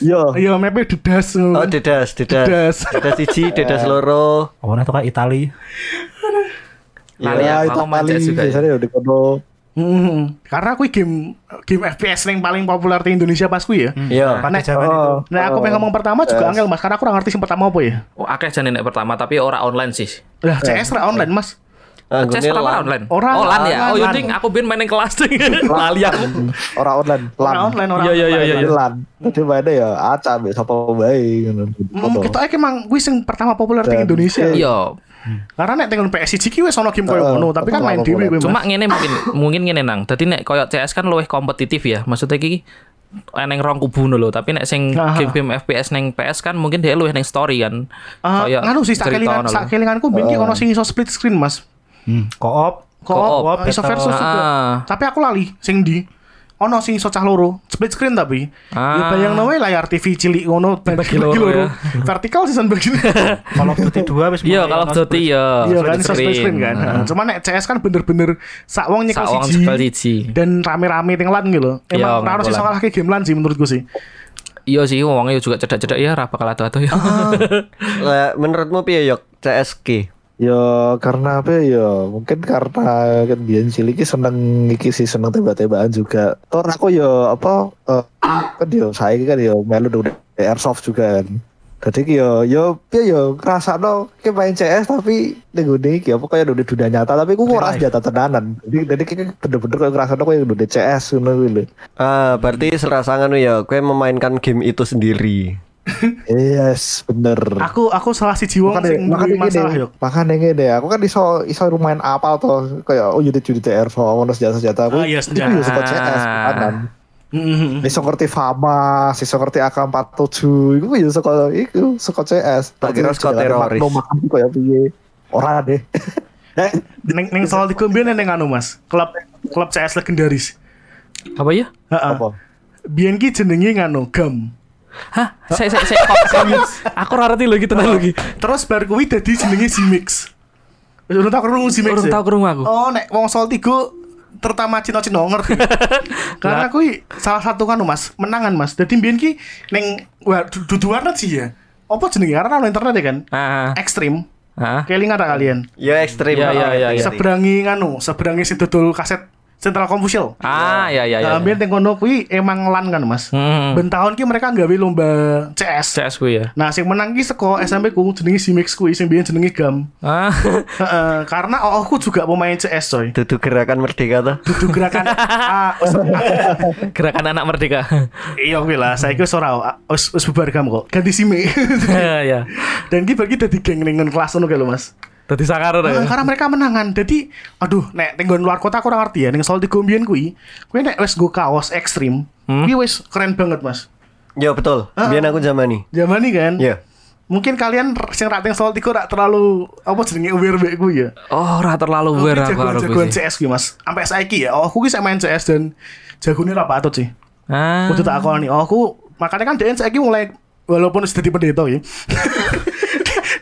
Yo. Iya, mapnya dedas. Oh, Dedas. dedas, dedas. Dedas siji, dedas loro. Oh, nah itu kayak Itali. Lali Ya, aku, itu aku manja paling juga ya. biasanya udah kono Hmm, karena aku game game FPS yang paling populer di Indonesia pas kui ya. Hmm. Pakai Iya. Panek. jaman itu. Nah, aku Oh. pengen ngomong pertama juga angel mas, karena aku nggak ngerti sing pertama apa ya. Oh, akeh jane nek pertama tapi ora online sih. Lah, CS ra online mas. Ces Anggone pertama lan. online. Ora oh, lan ya. lan. Oh, yo ding aku ben main yang kelas ding. Lali aku. ora online, lan. Ora online, ora Iya, iya, iya, iya. Jadi lan. Jadi mainnya ya acak mbek sapa wae ngono. Hmm, kita aja emang gue sing pertama populer di Dan- Indoneja. Yo, Karena nek tengen PS1 ki wis ono game koyo Heeh, ngono, tapi kan pertama main dhewe populer. kowe. Cuma ngene mungkin mungkin ngene nang. Dadi nek koyo CS kan luwih kompetitif ya. Maksudnya iki eneng rong kubu no lho, tapi nek sing Aha. game-game FPS neng PS kan mungkin dia luwih neng story kan. Ah, nganu sih sak kelingan no lho. Oh. sak kelinganku ben ki ono sing iso split screen, Mas. Hmm, Koop. Koop, Koop, iso battle. versus juga. Ah. Tapi aku lali sing di ono sing iso cah loro, split screen tapi. Ya Ah. bayang wae layar TV cilik ngono bagi loro, loro. ya. Vertikal season bagi. Call of Duty 2 wis Iya, mulai Call of ono Duty split. yo. Iya kan iso split screen kan. Nah, Cuma nek CS kan bener-bener sak wong nyekel Ah. Sak wong siji. nyekel siji. Dan rame-rame ting lan gitu loh. Emang Iya, harus iso ngompolan. ngalahke game lan sih menurutku sih. Iya sih wongnya juga cedak-cedak ya ra bakal atuh-atuh ya. Ah. Lah, menurutmu piye yok CSG? Ya karena apa ya? Mungkin karena kan biyen cilik ki seneng iki sih seneng tembak-tembakan juga. Tor aku ya apa eh, kan dia saya kan ya melu udah airsoft juga kan. Jadi ki yo yo ya yo ngerasa no ki main CS tapi ning ngene iki apa kaya udah dunia nyata tapi ku Iya, ora senjata tenanan. Jadi jadi ki bener-bener kaya ngerasa no kaya udah CS ngono kuwi lho. Ah, berarti serasa ngono ya, kowe memainkan game itu sendiri. Yes, bener. Aku aku salah siji wong Makanya- sing makanya duwe masalah gini, yo. makanya gini aku kan iso iso lumayan apal tuh kayak oh unit unit air so ono senjata senjata aku Ah, iya, senjata. Aku suka CS kanan Heeh. iso ngerti Fama iso ngerti AK47 iku ya suka iku suka CS Tak kira suka teroris. kayak ya, piye ora deh Eh, Neng neng soal tiga biyen neng anu Mas. Klub klub CS legendaris. Apa ya? Heeh. apa Biyen ki jenenge nganu Gam. Hah, Ah. saya saya saya kok serius. Aku ra ngerti lho iki tenan lho iki. Terus bar kuwi dadi jenenge Zimix. Wis Urung tau kerungu Zimix. Urung ya? tau krungu aku. Oh, nek wong soal tiga terutama Cino-Cino ngerti. Karena kuwi salah satu kan Mas, menangan Mas. Dadi biyen ki ning wah, du- dudu warnet sih ya. Apa jenenge? Karena ono internet ya kan. Ah. Ekstrim. Ah. Kelingan tak kalian? Ya ekstrim. Ya, ya, Ah, ya, ngerti, ya. ngerti. Seberangi nganu, seberangi si dodol kaset Central Commercial. Ah, ya ya ya. Nah, biyen teng kono kuwi emang lan kan, Mas. Hmm. Ben tahun ki mereka nggawe lomba CS. CS ku ya. Nah, sing menang ki seko SMP ku jenenge Simix kuwi sing biyen jenenge Gam. Ah. Heeh, karena oh, aku juga pemain CS coy. Dudu gerakan merdeka tuh. Dudu gerakan ah, wis- aku- Gerakan anak merdeka. iya kuwi lah, saiki wis ora wis wis bubar Gam kok. Ganti Simix. ya. Dan ki bagi dadi geng nengen kelas ngono kae lho, Mas. Dadi sakaro Nah, ya. karena mereka menangan. Jadi, aduh, nek tenggon luar kota kurang ngerti ya. Ning soal di Gombien kui, kui nek wes go kaos ekstrim, kui wes keren banget mas. Ya betul. Biar aku zaman nih. Zaman ini kan, Ya. mungkin kalian r- sing rating soal tiku rak terlalu apa jenenge aware mbek kui ya. Oh, ora terlalu Kui wer aku karo jagoan kuwi. sih. CS kui mas. Sampai saiki ya. Oh, aku ki sak main CS dan jagone ra patut sih. Ah. Kudu tak akoni. Oh, aku makanya kan Dean saiki mulai walaupun sudah di pendeta ya.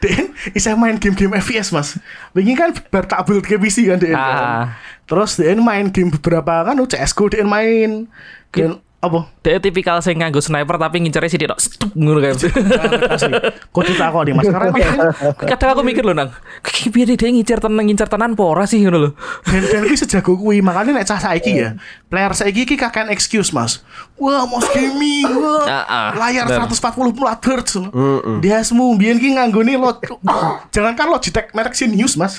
Dean isih main game-game FPS, Mas. Wingi kan bar tak build ke PC kan Dean. Ah. Terus Dean main game beberapa kan oh, CS:GO Dean main. Game apa? Dia tipikal sing nganggo sniper tapi ngincernya sithik tok. Stup ngono kae. Asli. Kudu tak akoni, Mas. Karena kan- emang Kadang aku mikir loh nang, "Ki- piye dia ngincer tenan ngincer tenan apa ora sih ngono lho. dan dan iki sejago kuwi makanya nek cah saiki Hmm. ya player saiki iki kakean excuse mas wah mos gaming Ah, ah, wah layar bener. 140 pula hertz Hmm. dia semua biyen ki nganggo nih lo jangankan Logitech merek Sinius mas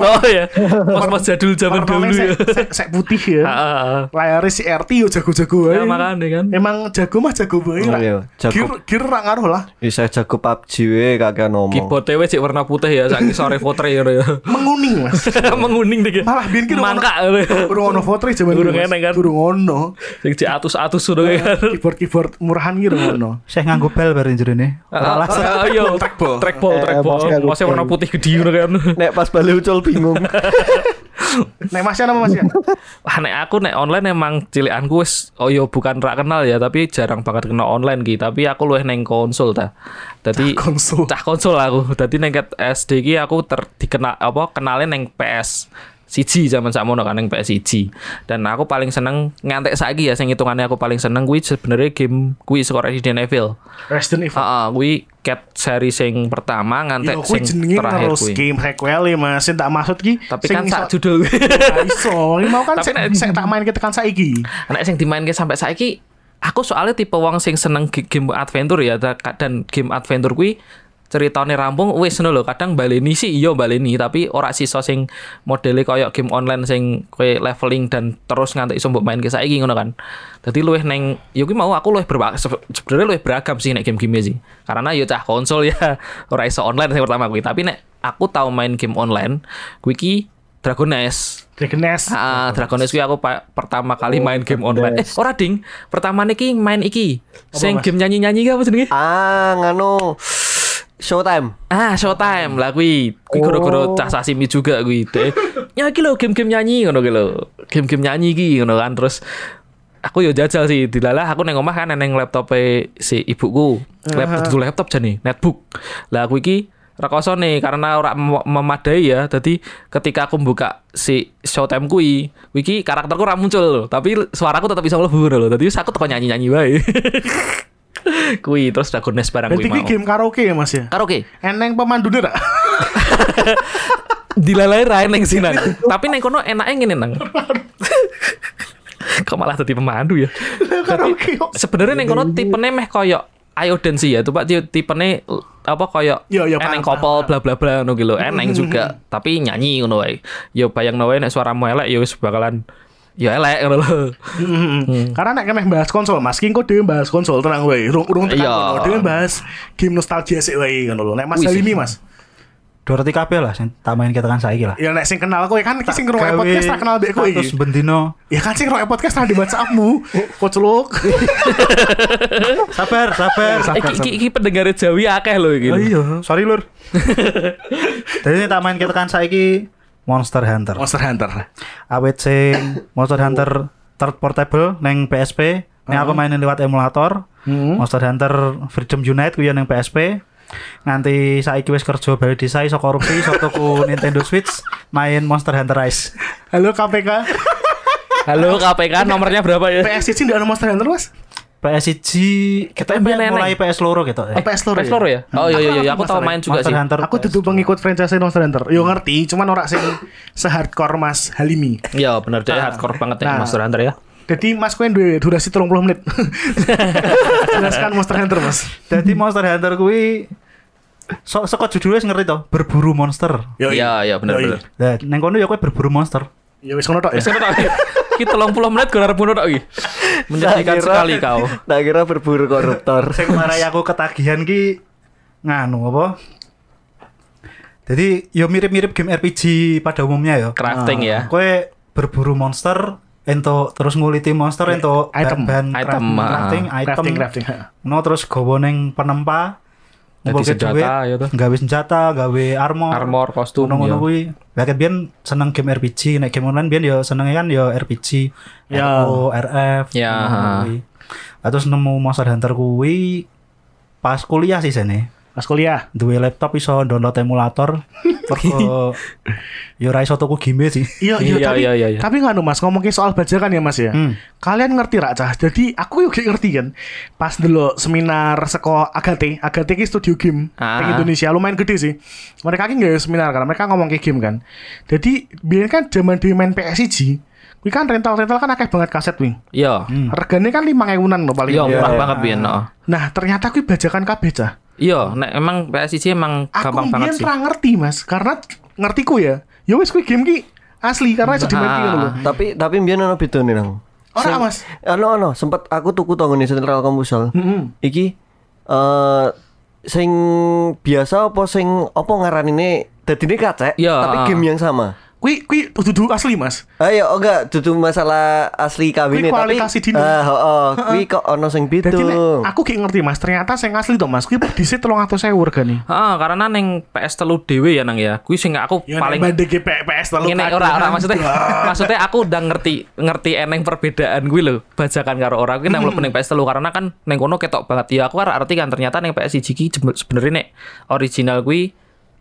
Oh ya. Mas-mas jadul zaman dulu Warnanya ya. sek- sek, sek putih ya Ah, ah, ah. layarnya si RT yo jago-jago aja. Ya makane kan. emang jago mah jago banget Oh, lah iya, jago. gear gear ra ngaruh lah Bisa jago PUBG we kakek ngomong. Keyboard dewe sik warna putih ya, saiki sore fotre ngono ya. menguning mas Menguning dikit. malah biyen ki urung ono- mangka ngono ya. urung ono votre zaman Urung dulu, Mas. enek kan. urung ono Sing di atus-atus ngono ya. keyboard-keyboard murahan ki urung ono Saya nganggo bel bareng jerone. Ora Ah, laser. ah, Iya, Trackball. trackball, trackball. Eh, mouse-nya Mouse warna aku- putih gede ngono kan. Nek pas balik ucul bingung. Nek Mas Yan apa Mas Yan? Wah, nek aku nek online emang cilikanku wis oh yo bukan rak kenal ya, tapi jarang banget kena online ki, tapi aku luwih neng konsol ta. Dadi konsol. cah konsol aku. Dadi neng ket SD ki aku ter dikena apa kenalin neng PS siji zaman sakmono kan neng PS siji. Dan aku paling seneng ngantek saiki ya sing hitungannya aku paling seneng kuwi sebenarnya game kuwi saka Resident Evil. Resident Evil. Heeh, kuwi cat seri sing pertama ngantek Yo, Iya, kuwi Ah, sing jenenge terakhir terus kuwi. game sequel Mas. Sing tak maksud ki. Tapi sing kan iso- sak judul. Ora iso. Ini mau kan Tapi sing nek- sing tak main tekan saiki. Nek sing dimainke sampai saiki aku soalnya tipe wong sing seneng ge- game adventure ya da- dan game adventure kuwi ceritane rampung wis ngono lho kadang baleni sih iya baleni tapi ora sisa sing modele koyo game online sing kowe leveling dan terus nganti iso mbok main ke saiki ngono kan. Dadi luwih neng yo kuwi mau aku luwih berba- se- sebenarnya luwih beragam sih nek game-game e sih. Karena yo cah konsol ya ora iso online sing pertama kuwi tapi nek aku tau main game online kuwi ki Dragon Age Dragon Nest. Ah, Dragon Age kuwi aku pa- pertama kali main game online. Eh, ora ding. Pertama niki main iki. Sing game nyanyi-nyanyi ki apa jenenge? Ah, nganu Showtime. Ah, Showtime lah kuwi. Kuwi Oh. goro-goro cah sashimi juga kuwi. Dek, Ya iki lho game-game nyanyi ngono ki lho. Game-game nyanyi iki ngono kan terus aku yo jajal sih dilalah aku neng omah kan neng laptope si ibuku laptop itu laptop jane netbook lah aku iki rekoso nih karena ora mem- memadai ya jadi ketika aku buka si showtime kui wiki karakterku ora muncul tapi suaraku tetap bisa mlebu ngono lho dadi wis aku teko nyanyi-nyanyi wae kui terus Dragon Nest barang Berarti kui ki Kan mau game karaoke ya Mas ya. karaoke Eneng pemandune ra? dilalai rae neng sinan. Tapi neng kono enaknya ngene nang. Kok malah tadi pemandu ya. Karaoke kok. Sebenarnya neng kono tipene meh koyo ayo dance ya tuh pak Ti- tipene eh, apa koyo Yo, yo, eneng paham, kopel bla bla bla ngono gitu eneng juga tapi nyanyi ngono wae yo bayang wae nek suaramu elek yo wis bakalan yo elek ngono lho Hmm. Karena nek kemeh bahas konsol, Mas King kok dhewe bahas konsol tenang wae. Rung urung tekan Iya. kono, dhewe bahas game nostalgia sik wae ngono lho. Nek Mas Wih, sih. Helmi Mas, Dorothy kabeh lah sing tak main kita kan saiki lah. ya nek sing kenal kowe kan iki sing ngrungokne podcast ra kenal mbek kowe iki. Terus bendino. Ya kan sing ngrungokne podcast ra di WhatsAppmu. Kok celuk. Sabar, sabar, eh sabar. iki- iki iki pendengar Jawi akeh lho iki Oh iya, sorry lur. Jadi sing tak main kita kan saiki Monster Hunter. Monster Hunter. Awet sing Monster Hunter third portable neng PSP. Neng aku mainin lewat emulator. Mm-hmm. Monster Hunter Freedom Unite kuwi neng PSP. Nanti saiki wis kerja bali desa iso korupsi iso tuku Nintendo Switch main Monster Hunter Rise. Halo KPK. halo KPK nomornya berapa ya PSC ndak ada Monster Hunter, Mas? PS1 Kita yang main mulai PS loro gitu. Eh, PS Loro. Explore ya oh iya iya iya aku tau main juga sih Monster Hunter. Aku duduk pengikut franchise Monster Hunter. Yo ngerti, cuman ora sing se-hardcore Mas Halimi. Iya bener deh hardcore banget ya Nah. Monster Hunter ya Jadi Mas kowe duwe durasi 30 menit. Jelaskan Monster Hunter, Mas. Jadi Monster Hunter kuwi so, saka judulnya wis ngerti to, berburu monster. Yoi. Iya, iya, bener, Yoi. bener. Nah, neng kono ya kowe berburu monster. Ya wis ngono tok ya. Wis ngono tok. Ki 30 menit gara bunuh tok iki. Menyedihkan Tak kira- sekali kau. Tak kira berburu koruptor. Sing marai aku ketagihan ki nganu apa? Jadi ya mirip-mirip game RPG pada umumnya ya. Crafting ya. Kowe berburu monster ento terus nguliti monster ento Item. bahan Item, craft- ah. crafting, item. Crafting, crafting. ha. No terus gowo neng penempa. Jadi ngumpulke senjata, duit, ya toh. Gawe senjata, gawe Ah. armor. Armor, kostum, ya. Ngono-ngono kuwi. Lah kan biyen seneng game RPG, nek game online biyen ya senenge kan ya RPG. Ya. RO, RF. Ya. ngono-ngono kuwi. Lah terus nemu Monster Hunter kuwi pas kuliah sih sene. Mas kuliah. Duwe laptop iso download emulator. Mergo ya ora iso tuku game sih. Iya, iya, Iya, tapi, iya, iya, iya. tapi nganu mas, ngomongin soal bajakan ya mas ya. Hmm. Kalian ngerti rak cah. Jadi aku juga ngerti kan. Pas dulu seminar seko Agate, Agate ki studio game Ah. di Indonesia lumayan gede sih. Mereka ki nggak seminar karena mereka ngomong ke game kan. Jadi biar kan zaman di main PSG, kuwi kan rental-rental kan akeh banget kaset wing. Iya. Hmm. Regane kan lima ewunan loh paling. Iya murah Iya. banget biyen no. Nah ternyata kuwi bajakan kabeh cah. Iya, nek emang PSIC emang Aku gampang mbiyen banget sih. ra ngerti mas, karena ngertiku ya. Ya wis kuwi game ki asli karena itu dimainkan Ah. lho. tapi tapi mbiyen ono bedone nang. Ora mas. Ono ono sempet aku tuku tongone Central Komusel. Hmm. Mm-mm. Iki eh sing biasa apa sing apa ngaranine dadine kacek Ya, tapi ah. game yang sama. kui kui dudu asli mas Ayo, oh enggak, dudu masalah asli kabinet Kui kualitas tapi. idine. Ah, oh, oh, kui kok ono sing pitu. Jadi nek, aku gak ngerti mas ternyata sing asli toh mas kui perdisi tolong atau saya nih Ah, karena neng PS telu dewe ya nang ya. Kuwi sing aku ya paling paling banding GPS telu ngene ora ora maksudnya maksudnya aku udah ngerti ngerti eneng perbedaan gue loh bajakan karo orang gue nang mlebu ning PS telu karena kan neng kono ketok banget ya aku ora ngerti kan ternyata neng PS siji ki jembe- sebenarnya nek original gue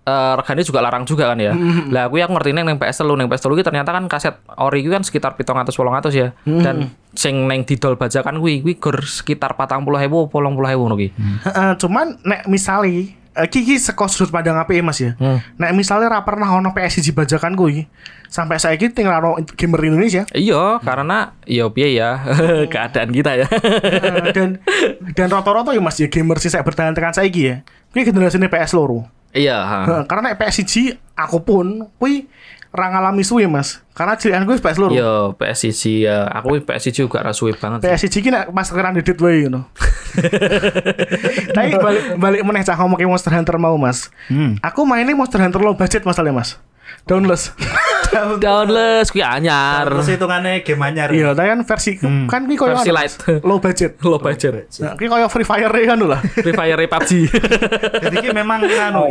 eh regane juga larang juga kan ya. Lah gue aku ngerti neng PS telu neng PS telu ki ternyata kan kaset ori gue kan sekitar 700 800 ya. Dan sing neng didol bajakan gue gue gur sekitar 40.000 80.000 ngono ki. Heeh, cuman nek misali eh, Kiki seko sudut pandang APE mas ya. Nek misalnya ra pernah ono PSG bajakan kuwi, sampai saiki tinggal ono gamer Indonesia Iya, karena ya piye ya keadaan kita ya. Eh, dan dan rata-rata ya mas ya gamer sih saya bertahan tekan saiki ya. Kuwi generasinya PS loro. Iya, ha. Heeh, karena nek PSG aku pun kuwi ra ngalami suwe mas. Karena cilikan gue PS loro. Yo PSG ya, aku PSG juga rasuwe banget. sih. PSG ki nek pas keran didit wae ngono. Tapi balik balik meneh cah ngomongin Monster Hunter mau Mas. Aku mainnya Monster Hunter low budget masalahnya Mas. Downless. Downless kuwi anyar. Terus hitungannya game anyar. Iya, tapi kan versi kan kuwi koyo Versi anu, light. Mas, low budget. Low budget. Nah, kuwi koyo Free Fire kan lho lah. Free Fire PUBG. Jadi ini memang anu.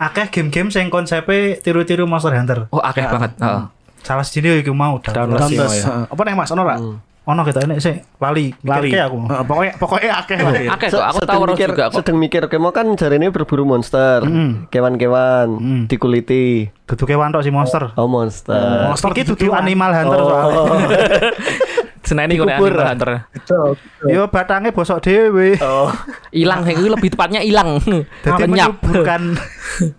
Akeh game-game yang konsepnya tiru-tiru Monster Hunter. Oh, akeh banget. Heeh. Salah sendiri iki mau download. Download. Downless. iya, Heeh. Apa nih Mas ono ra? Ono kita ini sih lali. Lari. Mikir-mikir aku. Heeh, Pokoknya pokoknya akeh lah ya. Akeh kok, aku Sedang tahu mikir, juga kok. Sedang mikir kemo kan jarene berburu monster. Kewan-kewan dikuliti. Dudu kewan tok si monster. Oh monster. Monster Iki dudu dudu animal hunter soalnya. Oh. Seneni kok dikubur, Animal ah. Hunter. Yo batangnya bosok dewe. Oh. Hilang kuwi lebih tepatnya hilang. Jadi Lenyap. menyuburkan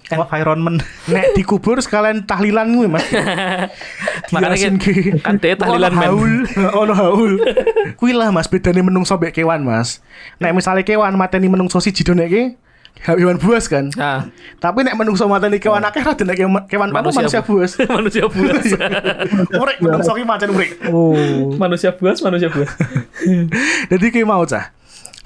environment. Nek dikubur sekalian tahlilan kuwi Mas. Makanya Diasin kan- ki. kan dia tahlilan, Ono men. haul, ono haul. Kuwi lah Mas bedane menungso mbek kewan Mas. Nek misalnya kewan mateni menungso siji donek iki hewan buas kan. Ah, Tapi nek menungso mateni kewan akeh ra denek kewan kewan kamu manusia manusia buas. manusia buas. Urek menungso ki pancen urek. manusia buas, manusia buas. Jadi kayak mau cah.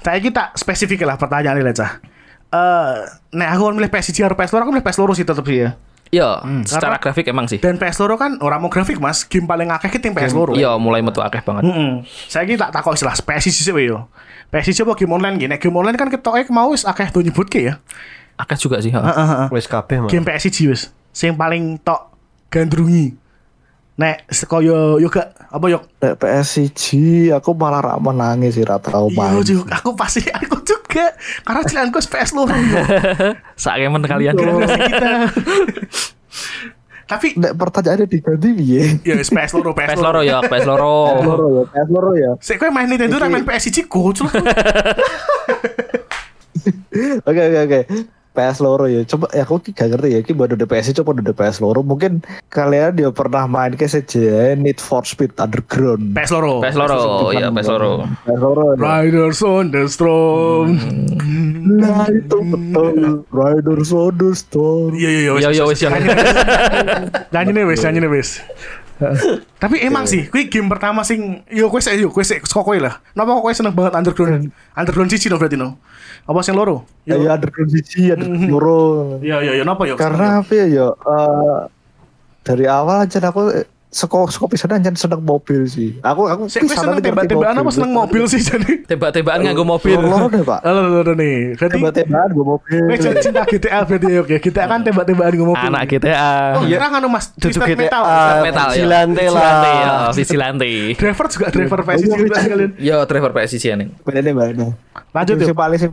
Saya kita spesifik lah pertanyaan ini cah. Eh, nek aku milih PS1 atau PS loro, aku milih PS loro sih tetep sih ya. Yo, secara grafik emang sih. Dan PS loro kan orang mau grafik mas, game paling akeh kita yang PS loro. Yo, mulai metu akeh banget. Mm Saya kita tak takut istilah PS1 sih yo. PS1 apa game online gini? Game online kan ketoknya mau wis akeh tuh nyebut ke ya. Akeh juga sih, ha. Wis kabeh mah. Game PS1 wis. Sing paling tok gandrungi. Nek sekoyo yo gak apa yo Nek PS1 aku malah rak menangis sih ra tau Iya main. juga, aku pasti aku juga karena cilianku PS loro. Sakemen kalian. Tapi Nek pertanyaannya diganti piye? ya wis, PS loro PS PS loro. loro ya, PS Oh. loro. PS loro ya, PS loro ya. Sik kowe main Nintendo ra main PS1 gocul. Oke oke oke. PS loro ya. Coba ya aku gak ngerti ya. Ki baru DPS coba udah PS loro. Mungkin kalian dia pernah main ke sejenis Need for Speed Underground. PS loro. PS loro, ya PS loro. PS loro. ya. Riders on the Storm. Nah itu betul. Riders on the Storm. Iya iya Yo yo wis yo. Nyanyi nih wes, nyanyi nih wes. Tapi emang sih, kui game pertama sing yo kowe sik yo kowe sik saka kowe lah. Napa kok kowe seneng banget underground? Underground siji no berarti no. Apa sing loro? Ya ya, Underground siji, Underground loro. Iya Mhm. iya iya napa yo? Karena apa ya? ya, eh, dari awal aja aku eh, seko seko pisan aja seneng mobil sih. Aku aku sik kowe pisanan seneng ngerti tembak-tembakan apa seneng mobil sih jadi? Tebak-tebakan nganggo mobil. Loro deh pak. Loro loro nih. Berarti Tembak-tembakan gue mobil. kowe jadi cinta GTA berarti ya oke. Kita kan tembak-tembakan gue mobil. Anak GTA. Oh, Iya. Ora ngono Mas, Dudu Twisted GTA. Metal. metal ya. Vigilante lah. Vigilante, ya, vigilante. Driver juga driver PS iya, juga iya. sekalian. Yo driver PSC ning. Bener bener. Lanjut, sing yuk. paling sing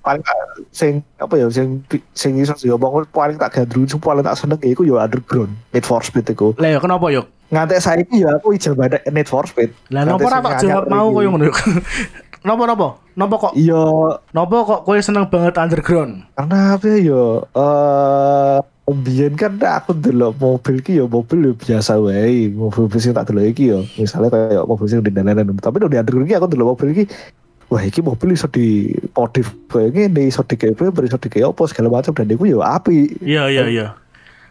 paling sing apa ya sing sing iso diomong paling tak gandrung sing paling tak seneng ya iku ya underground Need for Speed iku. Lah yo kenapa yo? Ngantek saiki ya aku ijab ada Need for Speed. Lah nopo Ngantek ora sing tak anyar jawab mau iki. koyo ngono yo. Nopo nopo? Nopo kok Iya nopo kok kowe seneng banget underground? karena apa ya eh Biyen kan aku delok mobil ki ya mobil ya biasa wae, mobil sing tak delok iki ya. Misalnya kayak mobil sing dindanan tapi di underground ki aku delok mobil ki wah iki mobil iso di modif kayak ngene iso digawe iso digawe apa segala macam dan iku ya apik. Iya iya iya.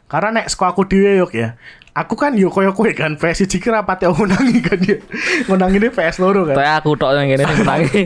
Karena nek sekolah aku dhewe yo ya. Aku kan yo koyo kowe kan PS iki kira pati ngonangi kan ya. Ngonangi ini PS loro kan. Tapi aku tok yang ngene sing menangi.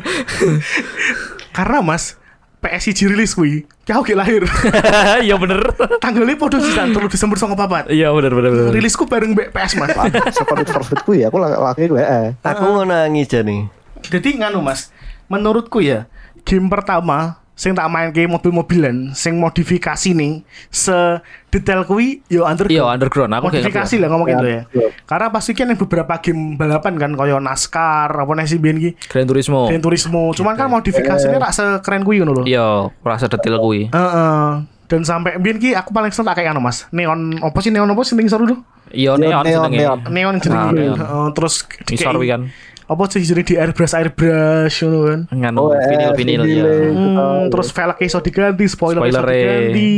Karena Mas PS1 rilis kuwi. Ki aku ki lahir. Iya bener. Tanggalnya podo sisan 3 Desember 2004. Iya bener bener bener. Rilisku bareng mbek PS Mas. Seperti forfeit ku ya, aku laki laki gue eh. Aku mau nangis jane. Jadi nganu Mas, menurutku ya game pertama sing tak main game mobil-mobilan sing modifikasi nih se detail kui yo underground Iya underground aku kayak modifikasi lah ngomongin lo ya karena pasti kan yang beberapa game balapan kan koyo NASCAR apa nih sih biyen ki Grand Turismo. Gran Turismo cuman kan modifikasinya rak sekeren kui ngono lho Oh, gitu. Iya, rasa detail kuwi. Heeh. dan sampai biyen ki aku paling seneng tak kayak anu Mas neon apa sih neon apa sih yang seru tuh Iya Iya, neon neon, senenge. neon. neon Ah, jenenge neon. Heeh, terus di- Isor kuwi kan. apa sih jadi di airbrush airbrush ngono kan Nganu vinil-vinil ya. Hmm, terus velg iso diganti, spoiler, iso Spoiler-e. diganti.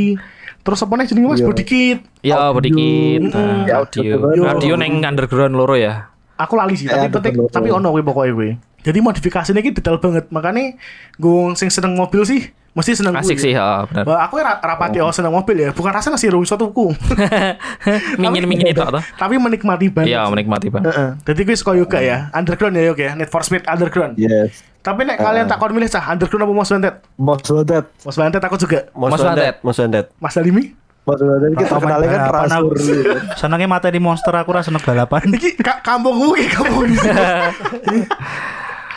Terus apa nih jenenge Mas body kit. Iya, sedikit. Ya, Audio. audio. Audio neng underground loro ya. Aku lali sih, tapi Ya, penting betul, betul. tapi ono kuwi pokoke kuwi. Jadi modifikasinya ini detail banget. Makanya gue sing seneng mobil sih, mesti seneng Asik kuwi. sih, ha, bener. Bah, aku ra- rapati oh. seneng mobil ya, bukan rasanya sih rusuh tuku. Mingin-mingin itu toh. tapi menikmati banget. Iya, menikmati, Pak. Heeh. Jadi gue suka juga ya, underground ya yoga ya, Need for Speed underground. Yes. Tapi nek kalian tak kon milih cah underground apa Most Wanted? Most wanted, Most Wanted aku juga. Most Most wanted, most wanted. Mas Dalimi? most wanted kita kenalnya kan balapan aku. Iya. transfer. Senengnya materi monster aku rasa seneng balapan. Iki ka kampungmu ki kampung.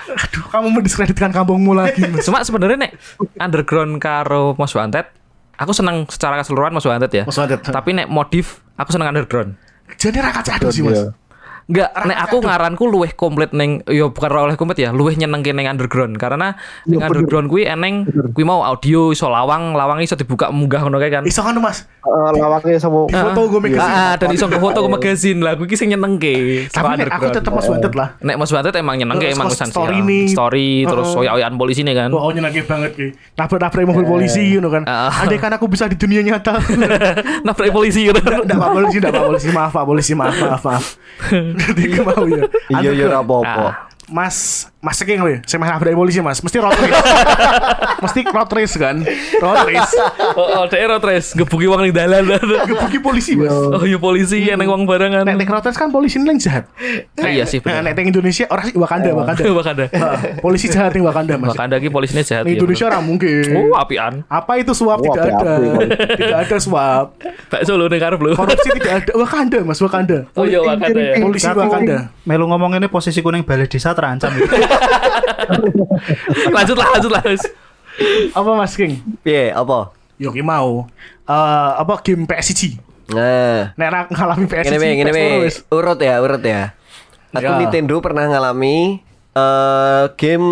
Aduh, kamu mendiskreditkan kampungmu lagi. Mas. Cuma sebenarnya nek underground karo Most Wanted, aku seneng secara keseluruhan Most Wanted ya. Mas Wanted. Tapi nek modif, aku seneng underground. Jadi raka cadu sih, Mas. Iya. Enggak, nek aku ngaranku luweh komplit neng yo bukan ora oleh komplit ya, luweh nyenengke neng underground karena Ya, neng underground kuwi eneng kuwi mau audio iso lawang, lawang iso dibuka munggah ngono kae kan. Iso kan, Mas. Eh, Lawaknya sama Di foto gue magazine. Ah, ah, dan iso foto ke magazine lah, kuwi ki sing nyenengke. Tapi nek aku tetap Mas Wanted lah. nek Mas Wanted emang nyenengke Terus emang kos usan sih. story ya. nih. Story terus Heeh. oyak-oyakan polisi nih kan. Oh, nyenangin banget ki. Nabrak-nabrak mobil polisi gitu kan. Ah. Andai kan aku bisa di dunia nyata. Nabrak polisi gitu. Enggak Pak polisi, enggak Pak polisi. Maaf Pak polisi, maaf, maaf, maaf. Jadi gue mau ya. Iya iya ora apa-apa. Ah. Mas, Mas Seking loh, saya main nabrak polisi Mas. Mesti road race. Mesti road race kan. Road race. Oh, oh daerah tres ngebuki wong ning dalan. Gebuk ki polisi, Mas. Oh, yo polisi eneng wong barangan. Nek nek rotes kan polisi ini yang jahat. Ah, iya sih, bener. Nek nek Indonesia orang sih Wakanda Wakanda. Wakanda. Heeh, polisi jahat yang Wakanda mas. Wakanda ki polisinya jahat Nek ya. Indonesia orang mungkin. bener. Oh, apian. Oh, Apa itu suap Wah, tidak apa-apa, ada. Pak. Tidak ada suap. Bakso lu ning karep lu. Korupsi tidak ada. Wakanda mas Wakanda. Oh iya Wakanda ya. Polisi Aku Wakanda. Melu ngomong ini posisi kuning balai desa terancam. Lanjutlah, lanjutlah. wis. Apa mas King? Piye, apa? Yoki mau. Eh apa game PSG? Nah, Nek ra ngalami PSG. ngene be, ngene be. PS loro, wis. Urut ya, urut ya. Aku Ya. Nintendo pernah ngalami eh game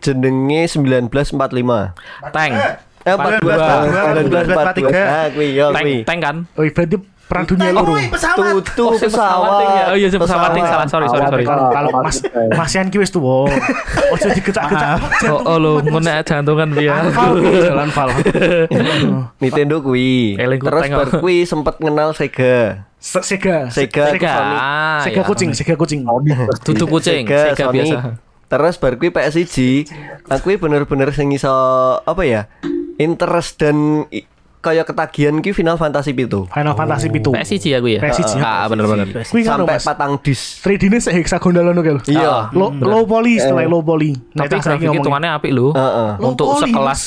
jenenge 1945. Tank. Eh, 1942. 1942. Ah, kuwi ya Tank, kuwi. tank kan? Oh iya, berarti perang dunia loro. Tutu Oh, sing pesawat, ya. pesawat. Oh, iya, sing pesawat, ting. Salah, sorry, sorry, sorry. Kalau kalau Mas Mas Yan ki wis tuwa. Ojo digetak-getak. Oh, oh lu ngene jantungan piye? Anfal, jalan Fal. Nintendo kuwi. Eling ku Terus tengok. bar kuwi sempat kenal Sega. Se- Sega. Sega, Sega. Ah, Sega ya. kucing, Sega kucing. Tutup kucing, Sega, Sega Sony. biasa. Terus bar kuwi PS1, aku kuwi Nah, bener-bener sing iso apa ya? Interest dan i- kaya ketagihan ki Final Fantasy itu. Final Fantasy 7. PS1 ya gue ya. PSG. Ah, bener-bener. Kuwi ngono Sampai Mas. patang dis. 3D-ne sek hexagonal ngono kuwi lho. Iya. Low, low poly setelah low poly. Nek Ah, hmm, Tapi tak saiki grafik ngomongin. hitungannya apik lu. Heeh. Untuk Loh, kok sekelas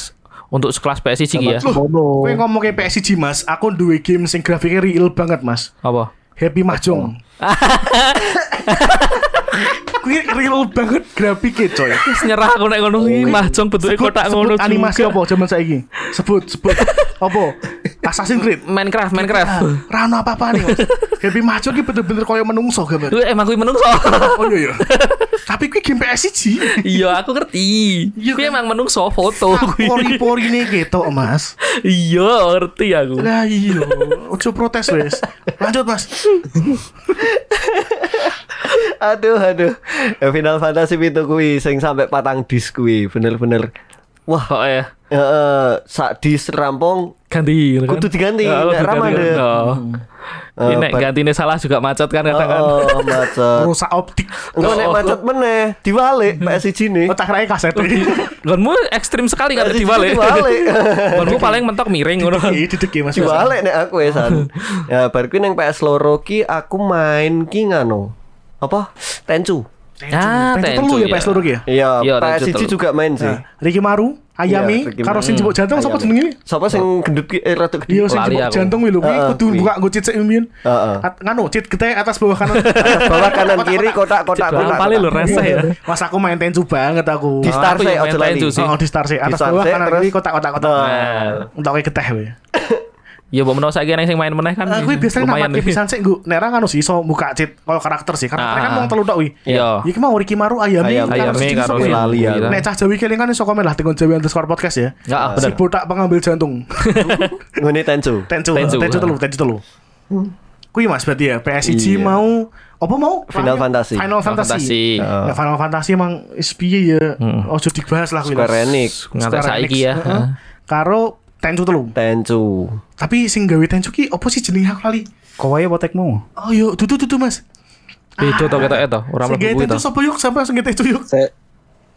untuk sekelas PS1 ki ya. Loh, kowe ngomong ke PSG Mas, aku duwe game sing grafiknya real banget Mas. Apa? Happy Mahjong. Kuwi real banget grafiknya coy. Wis nyerah aku nek ngono iki mahjong bentuke kotak ngono. sebut animasi juga. apa zaman saiki? Sebut, sebut. apa? Assassin's Creed. Minecraft, Minecraft. Rano apa-apa nih Mas. Happy Mahjong ki bener-bener koyo menungso gambar. Lu emang kuwi menungso. Oh iya iya. Tapi kuwi game PSG. Iya, aku ngerti. Kuwi emang Ah, menungso foto Oh, kuwi. pori-pori nih gitu mas Iya, ngerti aku. lah iya ojo protes wes lanjut mas Aduh aduh. Eh, Final Fantasy itu kuwi sing sampai patang dis kuwi bener-bener Wah, Kok ya heeh, sak dis rampung ganti gitu kan? Kudu diganti, Oh, nggak kudu ramah diganti, deh. kan? Oh. Ini Eh, nek bar- gantine salah juga macet kan kadang kan. oh. Oh, oh, macet. rusak optik Engko nek macet meneh, diwalik Hmm. PS1 ne. otak rai kaset Gonmu ekstrim sekali kan dibalik. Gonmu paling mentok miring ngono. Ah, iya duduk ya mas Diwalik nek aku esan. Ya bar kuwi ning PS loro ki aku main ki ngano. Apa? Tenchu. ah Ah, telu ya PS loro ya Iya, Iya, Tenchu Nah. PS1 telu. juga main sih. Nah, Ricky Maru Ayami Iya, karo sing jebuk gimana? jantung sapa Ayami. jenenge? Sapa sing gendut ki eh rada Iya gendut. sing Lali jebuk aku. jantung kuwi lho kuwi Heeh, kudu kuwi. Eh. buka nggo cicik mbiyen. Heeh. At- Nganu cit getih atas bawah kanan. Atas bawah kanan kiri kotak kotak kotak. Paling lu reseh ya. Mas aku main tenju banget aku. Di Star Aku saya yang ojo main lali. tenju sih. Oh, di star sih. Atas Di star bawah sih, kanan terus- kiri Eh. kotak-kotak. Untuk kayak getih we. Ya mbok menawa saiki neng sing main meneh kan. Aku biasanya lumayan namat nih. pisan sih gue nera kan sih so buka cit kalau karakter sih karena Ah. mereka kan mau telur wi. Iya. Iki mau Ricky Maru ayami karo Ayami, Ayami sing karo sok- sing- lali Willy aku. kan. Nek cah Jawi kelingan kan iso komen lah tengok Jawi underscore podcast ya. Ya, ah, Si bener. botak pengambil jantung. Ngene tencu. Tencu, Tenchu. tencu, telu, tencu telu. Hmm. Kui mas berarti ya PSG Iya. mau apa mau Final Fantasy. Final Fantasi. Fantasy. Oh. Nah, Final Fantasy emang SPY ya. Ojo dibahas lah kui lah. Square Enix. Ngantek Square Hmm. saiki Enix, ya. heeh. Karo tencu telu. Tencu. Tapi sing gawe tencu ki apa sih jenenge aku lali? Kowe apa tekmu? Oh yo, tutu tutu Mas. Beda to ketoke to, ora Sing mlebu gawe kuwi to. tencu sapa yuk sampe sing gawe tencu yuk. saya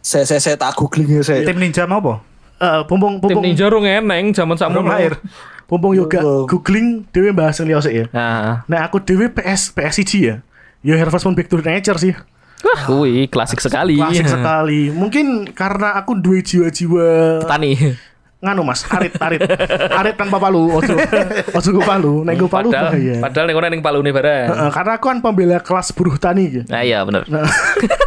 saya saya saya tak googling ya saya Tim ninja mau apa? Eh, bumbung Tim bumbung Ninja rung eneng jaman Belum sakmono. lahir. bumbung yoga googling dhewe bahas sing liya sik ya. Nah, Nah aku dewe PS PSG ya. Ya Harvest Moon Back to Nature sih. wah, kuwi klasik sekali. Klasik sekali. Mungkin karena aku duwe jiwa-jiwa Tani. nganu Mas, arit arit. arit tanpa palu, ojo. Ojo go palu, nek go palu Padahal bahaya. padahal ning ora ning palune bareng. Heeh, karena aku kan pembela kelas buruh tani ya. Nah, iya bener.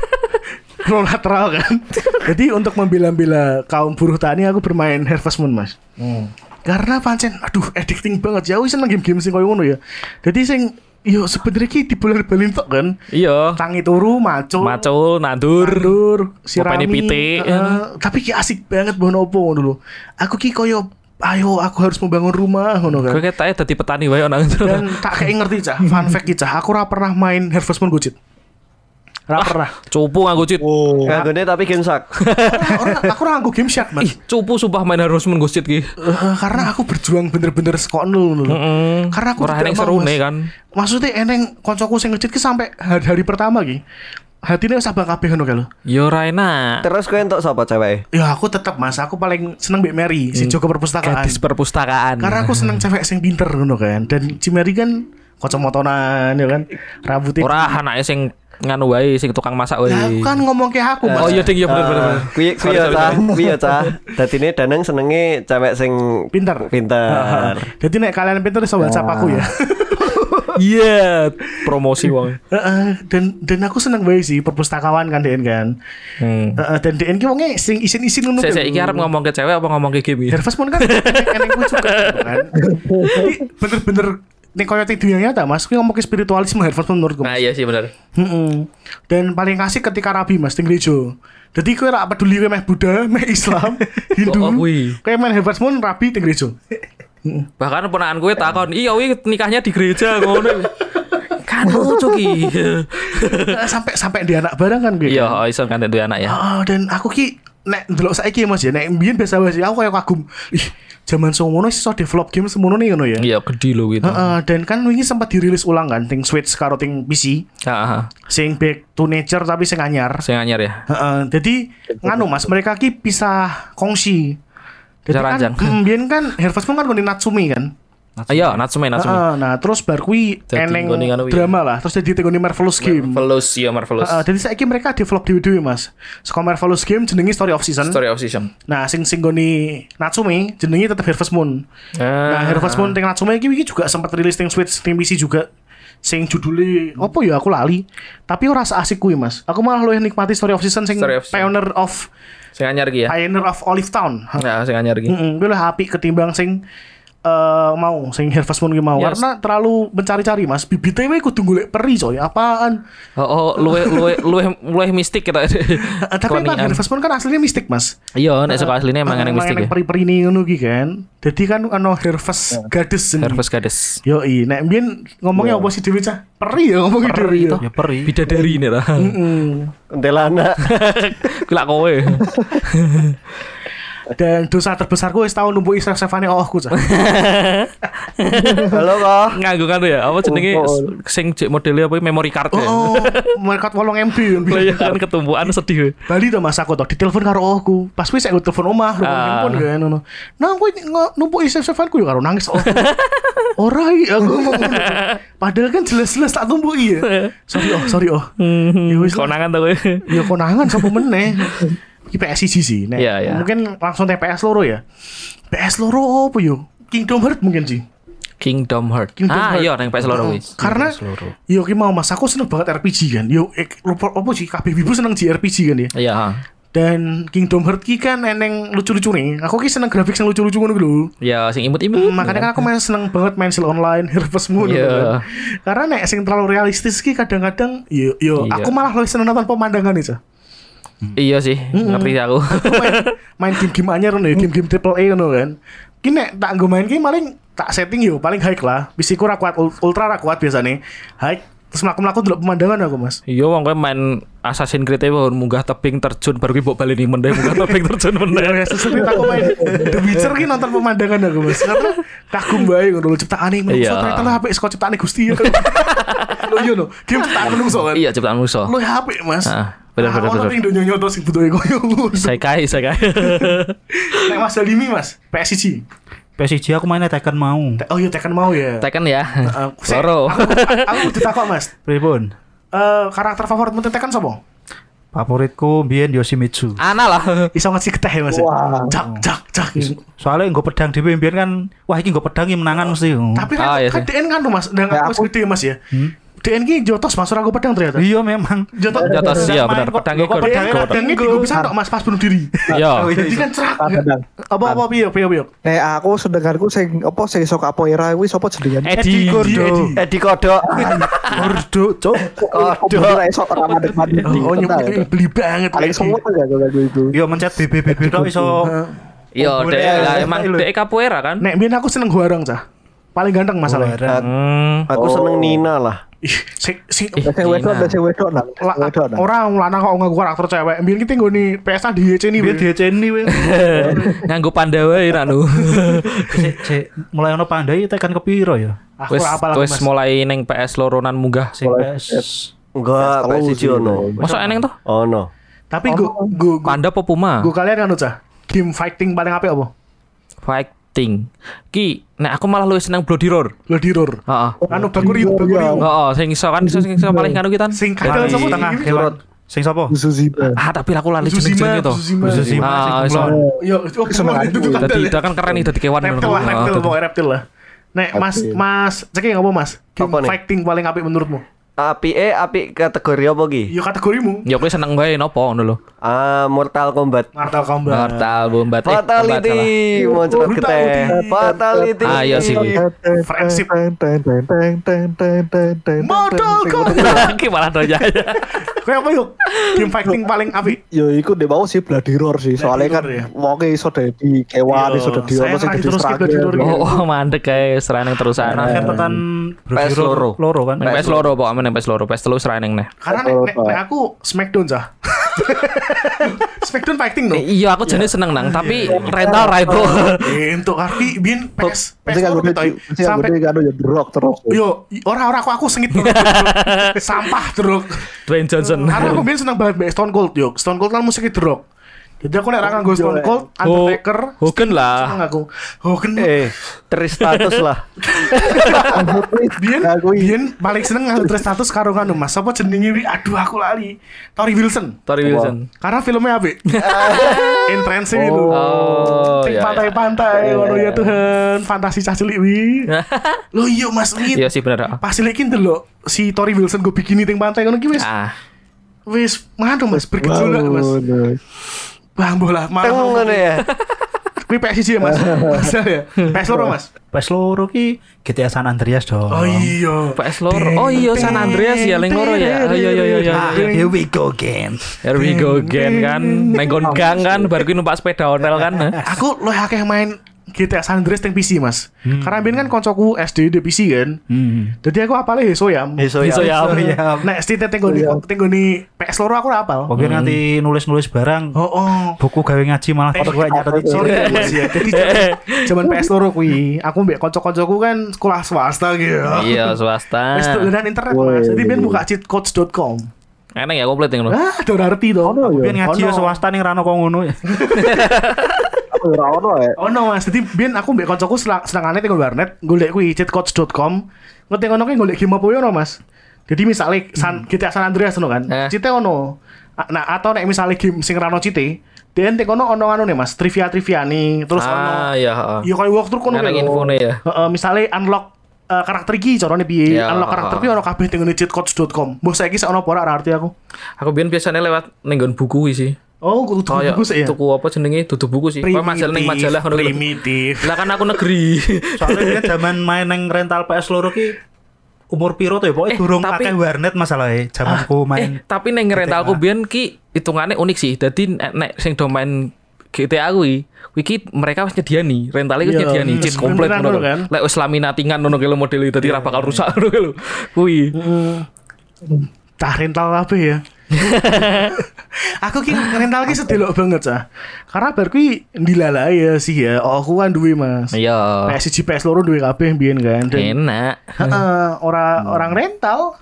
Pro lateral kan. Jadi untuk membela-bela kaum buruh tani aku bermain Harvest Moon, Mas. Hmm. Karena pancen aduh addicting banget ya. Aku seneng game-game sing koyo ngono ya. Jadi sing yo sebenarnya ki dibolak-balik tok kan. Iya. Tangi turu, macul. Macul, nandur. Tandur, sirami. Ngopeni pitik, eh, ya. tapi ki asik banget bono opo dulu. Aku ki koyo ayo aku harus membangun rumah ngono Kowe kan. ketoke dadi petani wae nang. Dan tak kayak ngerti cah, fun fact ki cah, aku ra pernah main Harvest Moon Gojit. Ra pernah. Cupu nganggo cheat. oh Nganggone Nah, tapi game sak. Ora, ora, aku ra nganggo game shark, Mas. Ih, cupu sumpah main harus menggosip ki. Eh, karena aku berjuang bener-bener sekon dulu. Karena aku tidak Ora eneng mau, serune Mas. kan. Maksudnya eneng koncoku sing ngejit ki sampai hari, hari pertama ki. Hatine wis abang kabeh ngono kae lho. Yo ora enak. Terus kowe entuk sapa ceweke? Ya aku tetap Mas, aku paling seneng Mbak Mary, si Joko perpustakaan. Hmm. Gadis perpustakaan. Karena aku Nah. seneng cewek sing pinter ngono kan. Dan Cimeri kan kocomotonan ya kan. Rambutnya ora anake sing nganu wae sing tukang masak wae. Lah, aku kan Ah. ngomong kayak aku, Mas. Oh iya ding iya bener bener. bener. Kuwi kuwi Sorry, ya sorry, cah, sorry. kuwi ya cah. Dadine Danang senenge cewek sing Pinter. pinter. Jadi nek kalian pinter iso WhatsApp aku ya. Iya, promosi wong. Heeh, dan dan aku seneng banget sih perpustakawan kan DN kan. Hmm. Heeh, dan DN ki wonge sing isin-isin ngono. Saya kan. iki arep ngomong ke cewek apa ngomong ke game? ya? Harvest Moon kan eneng kuwi juga kan. Jadi bener-bener nih koyo di dunia nyata Mas, kuwi ngomong ke spiritualisme Harvest Moon menurutku. Nah iya sih bener. Mm-mm. Dan paling asik ketika rabi Mas Ting Rejo. Jadi kowe ora peduli kowe meh Buddha, meh Islam, Hindu. Oh, oh, wih. Kowe main Harvest Moon rabi Ting Rejo. Bahkan ponakan gue takon, "Iya, wi nikahnya di gereja ngono." Kan lucu ki. sampai sampai di anak barang kan gue. Iya, oh, iso kan duwe anak ya. Oh, dan aku ki nek ndelok saiki ya, Mas ya, nek mbiyen biasa wae sih aku kayak kagum. Ih, zaman semono sih iso develop game semono nih ngono ya. Iya, gede lho gitu. Heeh, dan kan wingi sempat dirilis ulang kan ting Switch karo ting PC, Heeh. sing back to nature tapi sing anyar. Sing anyar ya. Heeh, jadi nganu Mas, mereka ki pisah kongsi. Jadi Pisah ranjang. kan mm, biyen kan Harvest Moon kan ngene Natsumi kan. Iya, Natsume Natsume. Heeh, nah terus bar kuwi Jadi eneng ngene nganu, iya. drama lah, terus jadi tenggone Marvelous game. Marvelous, iya Marvelous. Heeh, jadi saiki mereka develop dhewe-dhewe Mas. Saka Marvelous game jenenge Story of Season. Story of Season. Nah, sing sing goni Natsume jenenge tetep Harvest Moon. Ah. Nah, Harvest Moon ting Natsume iki iki juga sempat rilis ting Switch, ting PC juga. Sing judulnya opo ya aku lali. Tapi ora asik kuwi, Mas. Aku malah luwih nikmati Story of Season sing Story of Season. Pioneer of Sing anyar ki ya. Pioneer of Olive Town. Nah, sing anyar ki. Heeh, gue apik ketimbang sing eh mau sing Harvest Moon gue mau Yes. karena terlalu mencari-cari, Mas. Bibitnya gue kudu golek peri coy. Apaan? Oh, oh luwe luwe luwe luwe mistik kita. Eh, Tapi emang Kelanian. Harvest Moon kan aslinya mistik, Mas. Iya, nek saka asline emang Emang eneng mistik enek ya. peri-peri ini ngono ki kan. Jadi kan ono Harvest Goddess jenenge. Harvest Goddess. Yo i, nek mbiyen ngomongnya apa sih Dewi cah? Peri ya ngomongnya Dewi. toh. Peri Ya peri. Bidadari ini lah. Hmm. Entelana. Kelak kowe. Dan dosa terbesarku wis tau numpuk Isra Stefani ohku cah. Halo kok. Nganggo kan ya, apa jenenge s- sing jek modele apa memori card ya. Oh, mereka 8 MB. Lah iya kan ketumbuhan sedih. Bali to Mas aku to ditelepon karo ohku. Pas wis aku telepon omah, lu Ah. handphone kan ngono. Nang kowe nge- numpuk Isra Stefanku ya karo nangis ohku. Ora i, aku ngomong. ngono. Padahal kan jelas-jelas tak tumpuk iya. ya. Sorry oh, sorry oh. Ya wis lah. Konangan to kowe. Ya konangan sapa meneh. Iki PS1 sih. Nek, Iya, iya. Mungkin langsung teh PS loro ya. PS loro apa yo? Kingdom Hearts mungkin sih. Kingdom Hearts. Kingdom ah, Hearts. iya nang PS loro kuwi. Karena yo ki mau Mas aku seneng banget RPG kan. Yo eh, lupa apa sih kabeh wibu seneng JRPG kan ya. Iya, ha. Dan Kingdom Hearts ki kan eneng lucu-lucu nih. Aku ki seneng grafik yang lucu-lucu ngono ki lho. Ya sing imut-imut. Makanya kan aku main seneng banget main sil online Harvest Moon Iya. kan. Karena nek sing terlalu realistis ki kadang-kadang yo yo Iya. aku malah lebih seneng nonton pemandangan nih, Cah. Iya sih, ngerti aku. Aku main, main game-game anyar nih, game-game triple A ngono kan. Ki nek tak nggo main ki paling tak setting yo paling high lah. Bisiku ra kuat ul- ultra ra kuat biasane. High terus mlaku-mlaku delok pemandangan aku, Mas. Iya, wong kowe main Assassin's Creed e wong munggah tebing terjun baru ki mbok baleni meneh munggah tebing terjun meneh. Ya sering Iya. aku main The Witcher ki nonton pemandangan aku, Mas. Karena kagum bae ngono lho ciptaane menungso Iya. ternyata lho apik saka ciptaane Gusti. ya. Lho yo lho, game ciptaan menungso kan. Iya, ciptaan musuh. Lho ya apik, Mas. Ah, bener, bener, bener. Awalnya dunia nyata sih butuh koyo ngono. Sekai, sekai. Nek Mas Dalimi, Mas, PSG. PSG aku mainnya Tekken mau. Oh iya Tekken mau ya. Tekken ya. Eh, sik, Loro. Aku aku kudu takok, Mas. Pripun? Eh karakter favoritmu Tekken sapa? Favoritku Bien Yoshimitsu. Ana lah. Iso ngasih keteh ya, Mas. ya? Wah. Jak jak jak. Soalnya gue pedang di Bien kan, wah ini gue pedang yang menangan mesti. Tapi kan, Ah, iya kan sih. DN kan tuh, Mas, dengan Ya, aku aku- Hmm? gede Mas ya. DN ki jotos Mas ora aku pedang ternyata. Iya memang. Jotos. Jotos Jangan iya main benar kok, pedang kok ikut. pedang Pedangnya ikut. pedangnya digo bisa tok Mas pas bunuh diri. Iya. Jadi kan cerak. Kadang. Apa apa Iya, piye piye piye. Nek aku sedengarku sing apa sing iso kapoeira kuwi sapa Eh, jenengan? Edi. Gordo. Edi kodok. Gordo, cok. Kodok ora iso ora madeg madeg. Oh nyebut beli banget. ya, Paling semua tuh gak kayak gitu. Iya mencet BB BB tok iso. Iya, Oh, dek boleh. lah emang dek capoeira kan. Nek biyen aku seneng Huarang cah. Paling ganteng masalahnya. Barang. Hmm. Aku seneng Nina lah. Ih, sing sing Ih, Ada sing wedok, ada Nina. sing wedok nang. La, Wedok nang. orang lanang kok ngaku karakter cewek. Biyen kita nggone PS di YC ini. Biar weh. dia ceni weh. Nganggo Pandawa ya Ranu. Cek, cek. mulai ono pandai Tekken kepiro ya? Aku Wis ora apal aku, wis Mas. mulai neng PS loronan munggah sih. Sing PS. Enggak, Tahu PS1 sih, ono. Masa eneng tuh? Oh no. Tapi go Oh, go go- Panda apa Puma? go kalian anu cah. Game fighting paling apik apa? Fighting. Ki, nek aku malah luwih seneng Bloody Roar. Bloody Roar. Heeh. Anu Bakuri Bloody Roar, Bakuri. ya. Heeh, sing iso kan iso sing iso paling kanu kita. Sing kadal Mati sama tengah ini. hewan. Sing sapa? Suzuziba. Ah, tapi aku lali Tsushima, jeneng-jenenge to. Tsushima. Suzuki Ah, Mas. iso. Yo, itu aku Seneng seneng aku. itu kan. Dadi dah kan keren nih dadi kewan reptil lah, Heeh, reptil dadi- pokoknya reptil lah. Nek Mas Reptil. Mas Ceki ngapa Mas? Game Apa nih? fighting paling apik menurutmu? Api eh api kategori apa ki? Yo kategorimu. Ya kowe seneng wae nopo ngono lho. Ah, Mortal Kombat. Mortal Kombat. Mortal Kombat. eh, Kombat Fatality, salah. muncrat geteh. ya. Fatality. Ah, iya sih, kuy. Friendship. Mortal Mortal Kombat. Ki malah doya. Kayak apa yuk? Game fighting paling apik. Yo iku di bawah sih Bloody Roar sih. Soalnya kan Roar, ya. wonge iso dadi kewan, Yo, iso dadi saya apa sing lagi dadi terus ke Bloody Roar, ya. striker. Oh, oh, mandek kae seraneng terusan. Terakhir tekan PS loro. Loro kan. Neng PS loro pokoknya neng PS loro, PS telu seraneng neh. Karena nek, nek, nek aku Smackdown cah. Smackdown fighting no. Iya, aku jenis seneng nang, tapi rental rival. Entuk arti bin PS PS Mesti kan loro gede, kita, mesti kan sampai gede kan yo The Rock terus. gitu? Yo, ora ora aku aku sengit banget. sampah truk. Dwayne Johnson. Karena aku biasa seneng banget mbak Stone Cold yo. Stone Cold kan musiknya The Rock. Jadi aku nek rakan gue Stone Cold, Undertaker, Hogan lah. seneng aku. Hogan Eh, Tristatus lah. Bian, Aku iya. ini. Bian paling seneng ngambil status karo kanu mas. Apa jenenge wi? Aduh aku lali. Tori Wilson. Tori Wilson. Karena filmnya apik. Intrensi itu. Oh, Sing iya, iya. pantai-pantai, waduh ya Tuhan, fantasi cah cilik wi. Lo iya Mas Win. Iya sih bener. Pas cilik iki ndelok si Tori Wilson gue bikini ting pantai ngono ki wis Ah, wis madu Mas bergejolak Mas. Bang bola Teng malah. ngono ya. Kuwi PSC ya Mas. Masal ya. PS loro Mas. PS loro ki GTA San Andreas dong. Oh iya. PS loro. Oh iya San Andreas ya leng loro ya. Oh, Iya iya iya iya. Ah, here we go again. Here we go again kan. Nenggon gang kan baru ki numpak sepeda onel kan. Aku lo akeh main GTA San Andreas teng PC Mas. Karena ben kan koncoku SD di PC kan. Hmm. Jadi aku apale Heso ya. Besok ya. Besok ya. Oh iya. Nek Steve teng goni teng goni PS loro aku ora apal. Kok biar nanti nulis-nulis barang Oh Eh. oh. buku gawe ngaji malah foto gue nyatet itu. Sorry ya Mas ya. Jadi zaman- zaman PS loro kuwi, aku mbek kanca-kancaku kan sekolah swasta gitu. Iya swasta. Wis dolan internet Mas. Jadi iya, ben buka cheatcodes.com. Enak ya komplit yang lho. Ah, do arti to. Ono Biar ngaji ya swasta nih Rano kok ngono. ya. Aku ora ono ya. Ono Mas. Jadi ben aku mbek kancaku selang- selangane teng warnet golek kuwi cheatcodes.com. Ngerti ngono ki golek game apa ya ono Mas. Jadi misalnya San, GTA San Andreas ono kan. Hmm. Eh. Cite ono. Nah, atau nek misalnya game sing rano cite, Dan tek kono ono anu nih Mas, trivia-trivia nih, terus ah ono iya heeh. ya kayak walkthrough kono Ngarang kayak lho. infone ya. Heeh, misalnya unlock eh, karakter iki carane piye? Ya, unlock karakter ha. piye ono kabeh teng cheatcodes.com. Mbok saiki sak ono apa ora ora arti aku. Aku biyen biasanya lewat nenggon buku sih. Oh, kudu Kayak bagus ya. tuku apa jenenge dudu buku sih. Kok majalah ning majalah ngono lho. primitif. Lah kan aku negeri. Soalnya dia zaman main neng rental PS loro ki umur piro tuh ya pokoknya Eh, durung tapi- akeh warnet masalahnya eh, zamanku main tapi neng rentalku biyen ki hitungannya unik sih. Dadi nek nek sing do main GTA kuwi, kuwi ki mereka wis nyediani, rentalnya Iya, wis nyediani hmm. cheat komplit Beneran ngono. ngono kan? Iya. lho. Lek wis laminatingan ngono ki lho model iki, dadi ra bakal rusak ngono ki lho. Kuwi. Cah rental apa ya? aku ki rental ki sedelok banget cah. Karena bar kuwi ndilala ya sih ya. Oh, aku kan duwe Mas. Iya. PS1 PS loro duwe kabeh biyen kan. Dan Enak. Hmm. Heeh, ora orang rental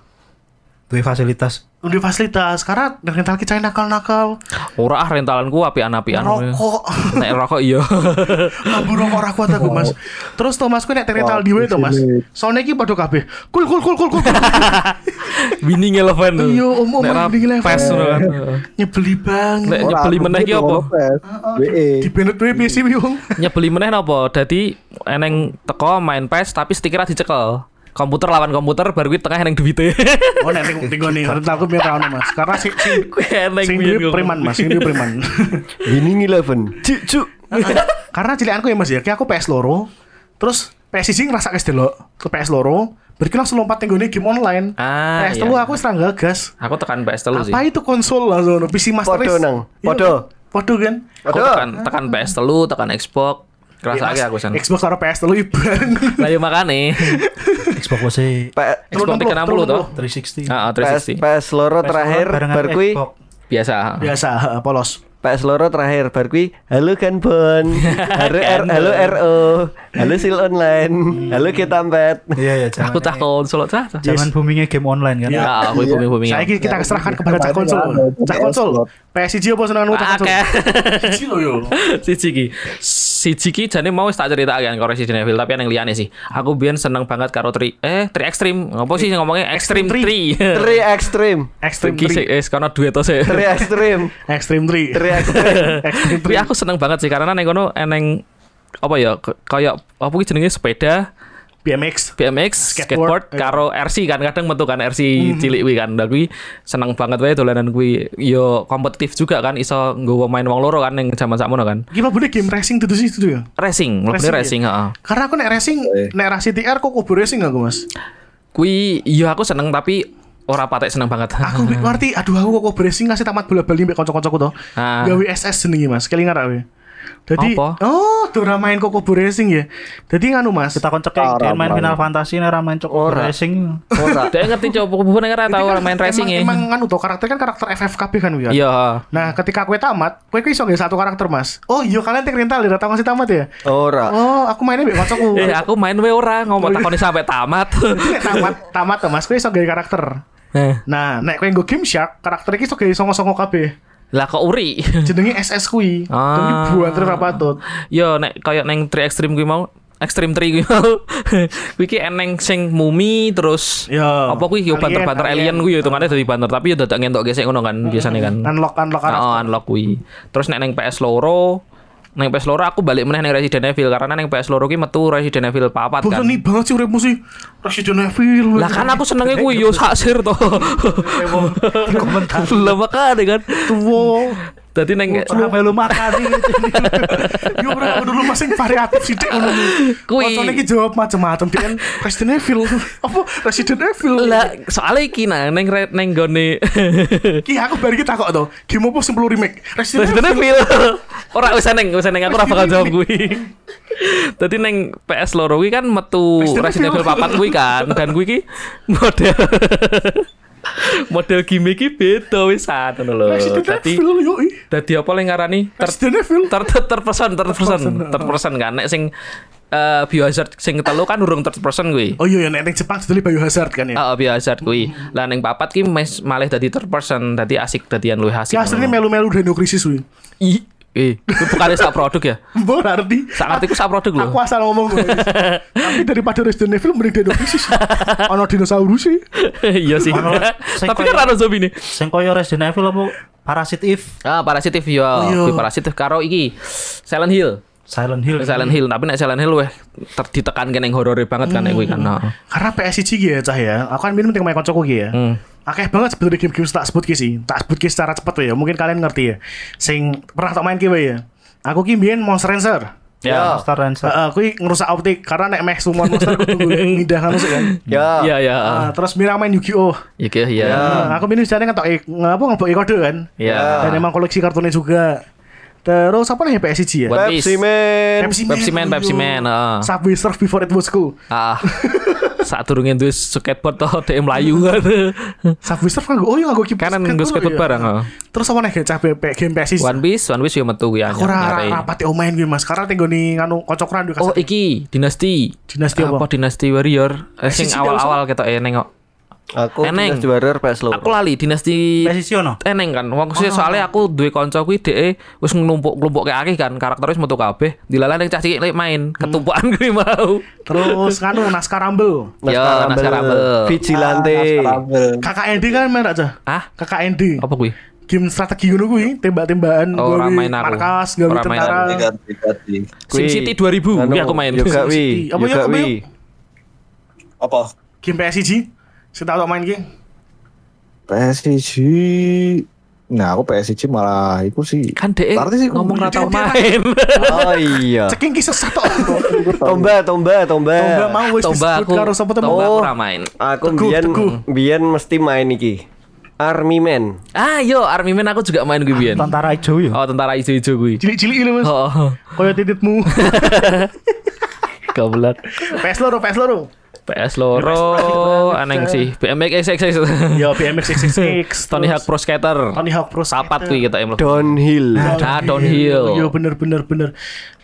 duwe fasilitas udah fasilitas karena rental ki cah nakal-nakal. Ora ah rentalanku apian-apian. Rokok. Nek rokok iya. Abu rokok ora kuat aku, Mas. Terus to Mas ku nek rental dhewe to Mas. Soalnya ki padha kabeh. Kul kul kul kul kul. Winning Eleven. lho. Iya, om-om Nek ra Winning Eleven. Iya. pes ngono kan. Nyebeli banget. Nek nyebeli meneh ki gitu apa? Oh, Di benet wae PC wong. Nyebeli meneh napa? Dadi eneng teko main PES tapi stikernya dicekel. Komputer lawan komputer baru kuwi tengah eneng duwite. Oh, nek ning tinggal nih rental aku biar tau Mas. Karena sing sing Kuwi eneng sing biyen duwe kok. preman Mas, sing duwe preman. Winning Eleven. Cuk cuk. Karena cilikanku ya Mas ya, ki aku PS loro. Terus PS sing ngerasa kes delok. Terus PS loro, berarti langsung lompat tinggal game online. Ah, PS iya. telu aku serang gagas. Aku tekan PS3 sih. Apa itu konsol lah sono PC Master Podo, Race. Nang. Iya, Podo. Podo kan. Aku tekan tekan PS3, tekan Xbox. Iya, Kerasa aja Mas. aku anu. sen. Xbox karo PS telu ibareng. Lah yo makane. Xbox WC Pak Xbox 360, 360 toh. Ah. Heeh, 360. 360 PS PS loro terakhir barengan bar kui Xbox. Biasa. Iya. Biasa polos. PS loro terakhir bar kui halo Ganbon. Halo R halo RO. Halo Sil Online. Hmm. Halo Kitampet. iya iya zaman Aku tak konsol cah. cah. zaman boomingnya game online kan Iya. Ya, aku booming-booming. Saya kita serahkan kepada cah Kemarin konsol. nggak ada Cah PS konsol. slot. PSG apa Ah, senengmu cah konsol? Akeh. Siji lho yo. Siji ki. Siji ki jane mau tak cerita kan kalau Resident Evil tapi yang liyane sih. Aku biyen seneng banget karo tri eh tri extreme. Ngopo sih ngomongnya extreme Extreme tri. 3 Extreme. Extreme Tri sih eh kono duet to sih. 3 Extreme. 3. Extreme 3. 3 Extreme. Extreme Tapi aku seneng banget sih karena neng kono eneng apa ya k- kayak apa ki jenenge sepeda 3. BMX. BMX Skateboard. skateboard, karo RC kan kadang metu kan RC cilik kuwi kan tapi seneng banget wae dolanan kuwi yo kompetitif juga kan iso nggowo main wong loro kan yang zaman sakmono kan Gimana boleh game racing itu sih itu ya? racing lebih Racing, racing heeh Karena aku nek racing, nek racing TR kok kubu racing aku mas. Kui, iya aku seneng tapi ora patek seneng banget. Aku wik ngerti, aduh aku kok kubu racing ngasih tamat bola bali mbek kanca-kancaku to. Ah. Gawe SS jenenge mas, kelingar awe. Jadi, Apa? oh, tuh main kok kubu racing ya. Jadi nganu mas, kita koncok kayak Ora, game main ora. Final Fantasy nih main cok racing Ora. Dia ngerti coba bukan nggak tahu orang main racing ya. kan Emang, emang nganu tuh karakter kan karakter FFKB kan wih. Iya. Nah, ketika kue tamat, kue kue iso nggak satu karakter mas. Oh iya kalian tek rental ya, datang ngasih tamat ya. Ah. Ora. Oh, aku mainnya mbek kancaku. Eh aku main we ora ngomong Iya. takoni sampai tamat. Jadi nek tamat, tamat tuh mas, kue iso nggak karakter. Eh, Nah, nek kue nggo game shark, karakter iki iso nggak songo-songo kabeh. Lah kok uri? jenenge SS kui Hmm. Ah. tapi buat terus apa tuh Yo Iya, nek kayak neng tri ekstrim gue mau ekstrim tri gue mau. Kuwi ki eneng sing mumi terus Yo. apa kuwi Alien, yo banter-banter Iya. alien. Iya. alien kuwi yo hitungannya dari banter tapi yo dadak ngentok gesek ngono kan biasanya kan. unlock unlock unlock. Nah, oh, unlock kuwi. Terus nek neng PS loro, neng PS loro aku balik meneh neng Resident Evil karena neng PS loro ki metu Resident Evil papat bosan kan. nih banget sih uripmu sih Resident Evil Lah kan aku senenge kuwi yo saksir to. Komentar. Lah makane kan. tuwo Dadi neng sampai lu makan yo ora dulu mas sing variatif sithik ngono Kui. koncone iki jawab macam-macam dia kan Resident Evil apa Resident Evil lah soalnya iki nah neng re- neng gone Ki aku bari kita kok tuh game apa sing perlu remake Resident Resident Evil Evil. Ora usah neng, usah neng aku ora bakal jawab kuwi. Dadi neng PS loro kuwi kan metu Resident Resident Evil Evil. papat kuwi kan dan kuwi ki model model gimmick iki beda wisan ngono lho. Resident Dadi Evil yo i. dadi apa le ngarani ter Resident Evil oh. ter ter terperson terperson terperson kan nek sing eh Biohazard sing telu kan urung terperson kuwi. oh iya ya nek ning Jepang sedulur Biohazard kan ya Heeh, Biohazard kuwi. Lah ning papat ki mes- malih dadi third person, dadi asik dadian luwih asik. Ki asline melu-melu Dino Crisis kuwi I Eh, itu bukan sak produk ya. Mbok arti. Sak artiku sak produk lho. Aku asal ngomong gue. Tapi daripada Resident Evil mending Dinofisis. Ono dinosaurus sih. Iya sih. Ono- sing Tapi kan koyo- rada zombie nih. Sing koyo Resident Evil apa Parasit Eve, Ah, parasitif ya. Kuwi parasitif karo iki. Silent Hill. Silent Hill. Silent Hill, tapi nek Silent Hill weh ter- ditekan kene horor banget kan nek kuwi kan. Hmm. Nah. Karena PS1 ki ya cah ya. Aku kan minum dengan kancaku ki ya. Akeh banget sebenarnya game-game sing tak sebut ki sih. Tak sebut ki secara cepat ya. Mungkin kalian ngerti ya. Sing pernah tak main ki wae ya. Aku ki mbiyen Monster Rancher. Ya. Iya. Star Rancher. Heeh, kuwi ngrusak optik karena nek meh summon monster kudu ngindah kan kan. Ya. Iya, ya. Ah, terus mirang main Yu-Gi-Oh. Iki ya. Nah, aku minum jane ngetok ngapa ngeboki kode kan. Ya. Dan emang koleksi kartunnya juga. Terus apa nih PS1 ya? One Piece. Pepsi Man. Pepsi Pepsi Man, ayo. Pepsi Man, ah. Subway Surf Before It Was Cool. Ah. Saat turunnya duwe skateboard toh DM Melayu Hmm. kan. Subway Surf kan oh iya aku keep Kan nggo skateboard iya. barang. ah. Terus apa nih cah BP game PS1? One Piece, One Piece yo metu ya. Aku ora rapati omain gue Mas. Karena tinggal nih nganu kocok randu Oh, iki Dinasti. Dinasti apa? Dinasti Warrior? Eh, sing sisi awal-awal ketok eh nengok. Aku Eneng. Eneng. juara PS lo. Aku lali Dinasti Pesisio no. eneng kan Oh, wong sih soalnya aku duwe kanca kuwi dhek eh, wis nglumpuk-nglumpuk kayak akeh kan karakter wis metu kabeh dilalah ning cah Hmm. cilik main ketumpukan kuwi mau Terus nganu Naskah Rumble. ya naskah Rumble Vigilante. KKND kan main aja. ah KKND. apa kuwi Game strategi ngono kuwi, tembak-tembakan Oh, ora gawe main aku. markas, gawe Ora main tentara. aku. Ganti-ganti. Sim City 2000 Anu, kuwi aku main Sim Yoga Wi. City. Apa ya? Yoga Yoga Wi. Wi? Apa? Game PS1. Sing tak tok main ki. PSG Nah aku PSG malah itu sih kan dhek Berarti sih, ngomong ra dia- tau dia- main Oh iya. Ceking ki sesat tok. Tomba, tomba, tomba. Tomba mau wis Tomba disebut aku karo sapa temu. Tomba aku Oh. ra main Aku Teguh, biyen Teguh. biyen mesti main iki. Army Man. ah yo Army Man aku juga main kuwi biyen Tentara Ijo ya. oh tentara ijo-ijo kuwi Cilik-cilik lho Mas. oh Koyo tititmu. goblok PS loro, PS loro. Iya, PS loro aneng sih BMX XX Ya BMX 666. Tony Hawk Pro Skater Tony Hawk Pro sapat kuwi kita emang Downhill. Ah, downhill. Iya bener bener bener.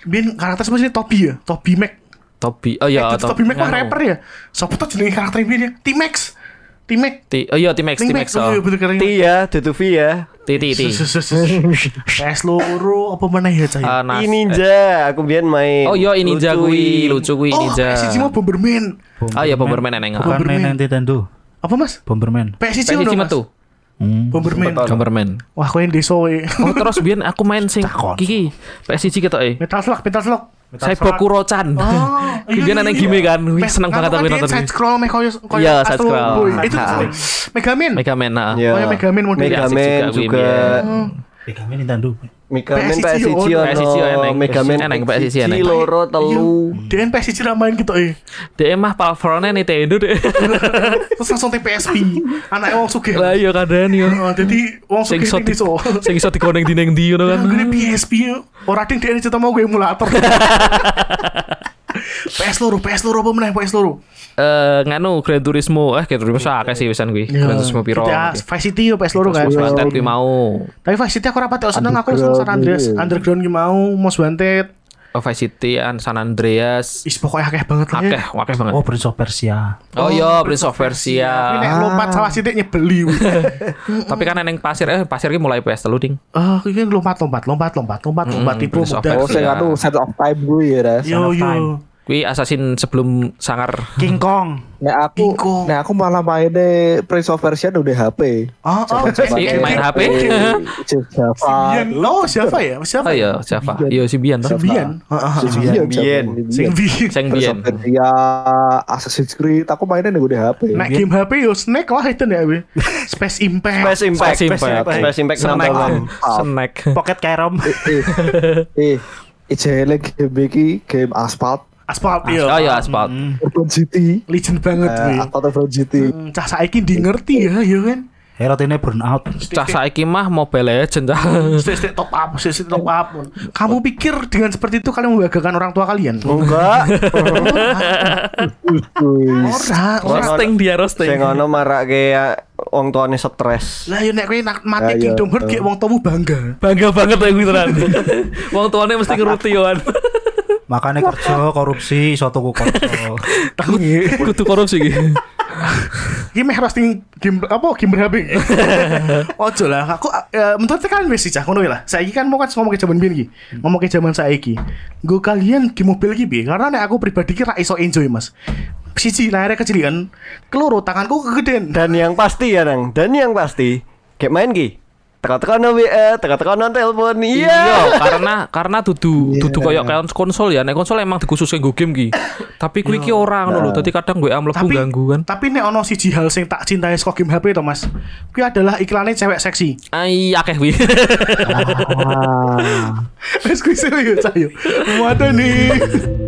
Bin karakter sebenarnya Toby ya, Toby Mac. Tobi oh iya Itu Eh, Toby Mac mah nganu. rapper ya. Sopo tuh jenenge karakter bin ya? T-Max. T-Mac. Ti, oh iya T-Max, T-Max oh, iya, bener keren. T ya, Dutuvi ya. Ti, ti, ti. Sus, sus, sus. PS loro apa mana ya cah? Ah, nah. I Ninja, aku biyen main. Oh iya ini ninja Lucu. kuwi, lucu Oh, kuwi ninja. PSC mau Bomberman. Oh iya Bomberman eneng. Bukan Bomberman. main Nintendo. Apa Mas? Bomberman. PSC Pengen udah cima Mas. tuh. Bomberman. Bomberman. Wah, kau yang deso eh. we. Oh terus biyen aku main sing Kiki PSG ketok e. Metal Slug, Metal Slug. Ah, Saya Kuro-chan. Oh, iya, Biyen aneh gime kan. Wih, seneng banget aku nonton Side ini. scroll, koyo koyo Iya, Astro side scroll. Boy. Itu Ha. tuh, Mega Man. Mega Man. nah. Ya. Iya. Pokoknya Mega Man modelnya Mega asik Man juga, Wim, juga. ya. Mega Man Nintendo. Mega Man PSC PSC ono. PSC eneng, Mega Man eneng, PSC PSC eneng. loro Iya. telu. Dan PSC main gitu eh. Dek mah platformnya Nintendo dek. Terus langsung TPSP. Anaknya wong sugih. Lah iya kadang yo. Oh, Jadi wong Sing sugih iso ning di- deso. sing iso dikoneng di neng di ngono kan. Gue PSP Orang ding dia cerita mau gue emulator. PS loro, PS loro apa meneh PS loro? Eh nganu Gran Turismo. Eh Gran Turismo akeh sih wisan kuwi. Gran Turismo piro. Kita Vice City yo PS loro kan. Terus Wanted kuwi mau. Tapi Vice City aku rapat tau seneng aku seneng San Andreas, Underground ki mau, Most Wanted. Oh, Vice City an San Andreas. Is pokoknya akeh banget lah. Akeh, akeh banget. Oh, Prince of Persia. Oh iya, Prince of Persia. Ah, Tapi nek lompat salah sithik nyebeli. wih. Tapi kan eneng pasir eh pasir ki mulai PS telu ding. Ah, iki lompat lompat lompat lompat lompat lompat tipu Hmm, Prince of muda. Oh saya tuh set of time gue ya Ras. Yo of Time. yo. Kuwi assassin sebelum sangar. King Kong. Nah aku, Bingko. nah aku malah mainnya Prince of Persia udah HP. Oh, oh, Coba-coba eh, Si eh, main HP. Java. Bian. Lo siapa ya? Siapa? Oh iya, Java. Iya si Bian toh. Bian. Oh, Heeh. Bian, Bian. Sing Iya. Bian. Sing Prince Bian. of Persia, Assassin's Creed, aku mainnya nih udah HP. Nek game HP yo Snake lah itu ya, we. Space Impact. Space Impact. Space Impact. Space Impact Snack. number one. Snack. Pocket Carom. Eh, eh, eh, jelek game iki, game asphalt, Asphalt yo. Oh iya Asphalt. urban city, Legend banget we. eh, asphalt urban city. Hmm, Cah saiki ndi ngerti ya yo kan. Hero ini eh, burnout. Cah saiki mah Mobile ah. Legend cah. Stik-stik top up, stik-stik top up. Kamu pikir dengan seperti itu kalian membanggakan orang tua kalian? Enggak. Ora, ora. Roasting dia Sing roasting. ono marake ya, wong tuane stres. Lah yo nek kowe nak- mati Kingdom Hearts gek wong tuamu bangga. Bangga banget aku tenan. Wong tuane mesti ngeruti yoan. Makanya kerja korupsi iso tuku konsol. Kudu korupsi iki. Iki meh roasting game apa game HP. Ojo lah, aku eh, menurut kalian wis sih cah ngono lah. Saiki kan mau kan ngomong ke zaman biyen iki. Ngomong ke zaman saiki. Nggo kalian game mobil iki piye? Karena nek aku pribadi ki ra iso enjoy, Mas. Siji layarnya kecilian, kan. keloro tanganku kegedean. Dan yang pasti ya nang, dan yang pasti kayak main ki. Teka-teka no WA, teka-teka no telepon. Iya. Iya, karena karena dudu dudu koyo kayak konsol ya. Nek konsol emang dikhususin nggo game ki. Tapi kuwi ki ora ngono lho. Dadi kadang gue mlebu Tapi ganggu kan. Tapi nek ono siji hal sing tak cintai saka game HP to, Mas. Kuwi adalah iklannya cewek seksi. Ai Ah, iya, akeh kuwi. Wis kuwi serius ayo. Muatan nih.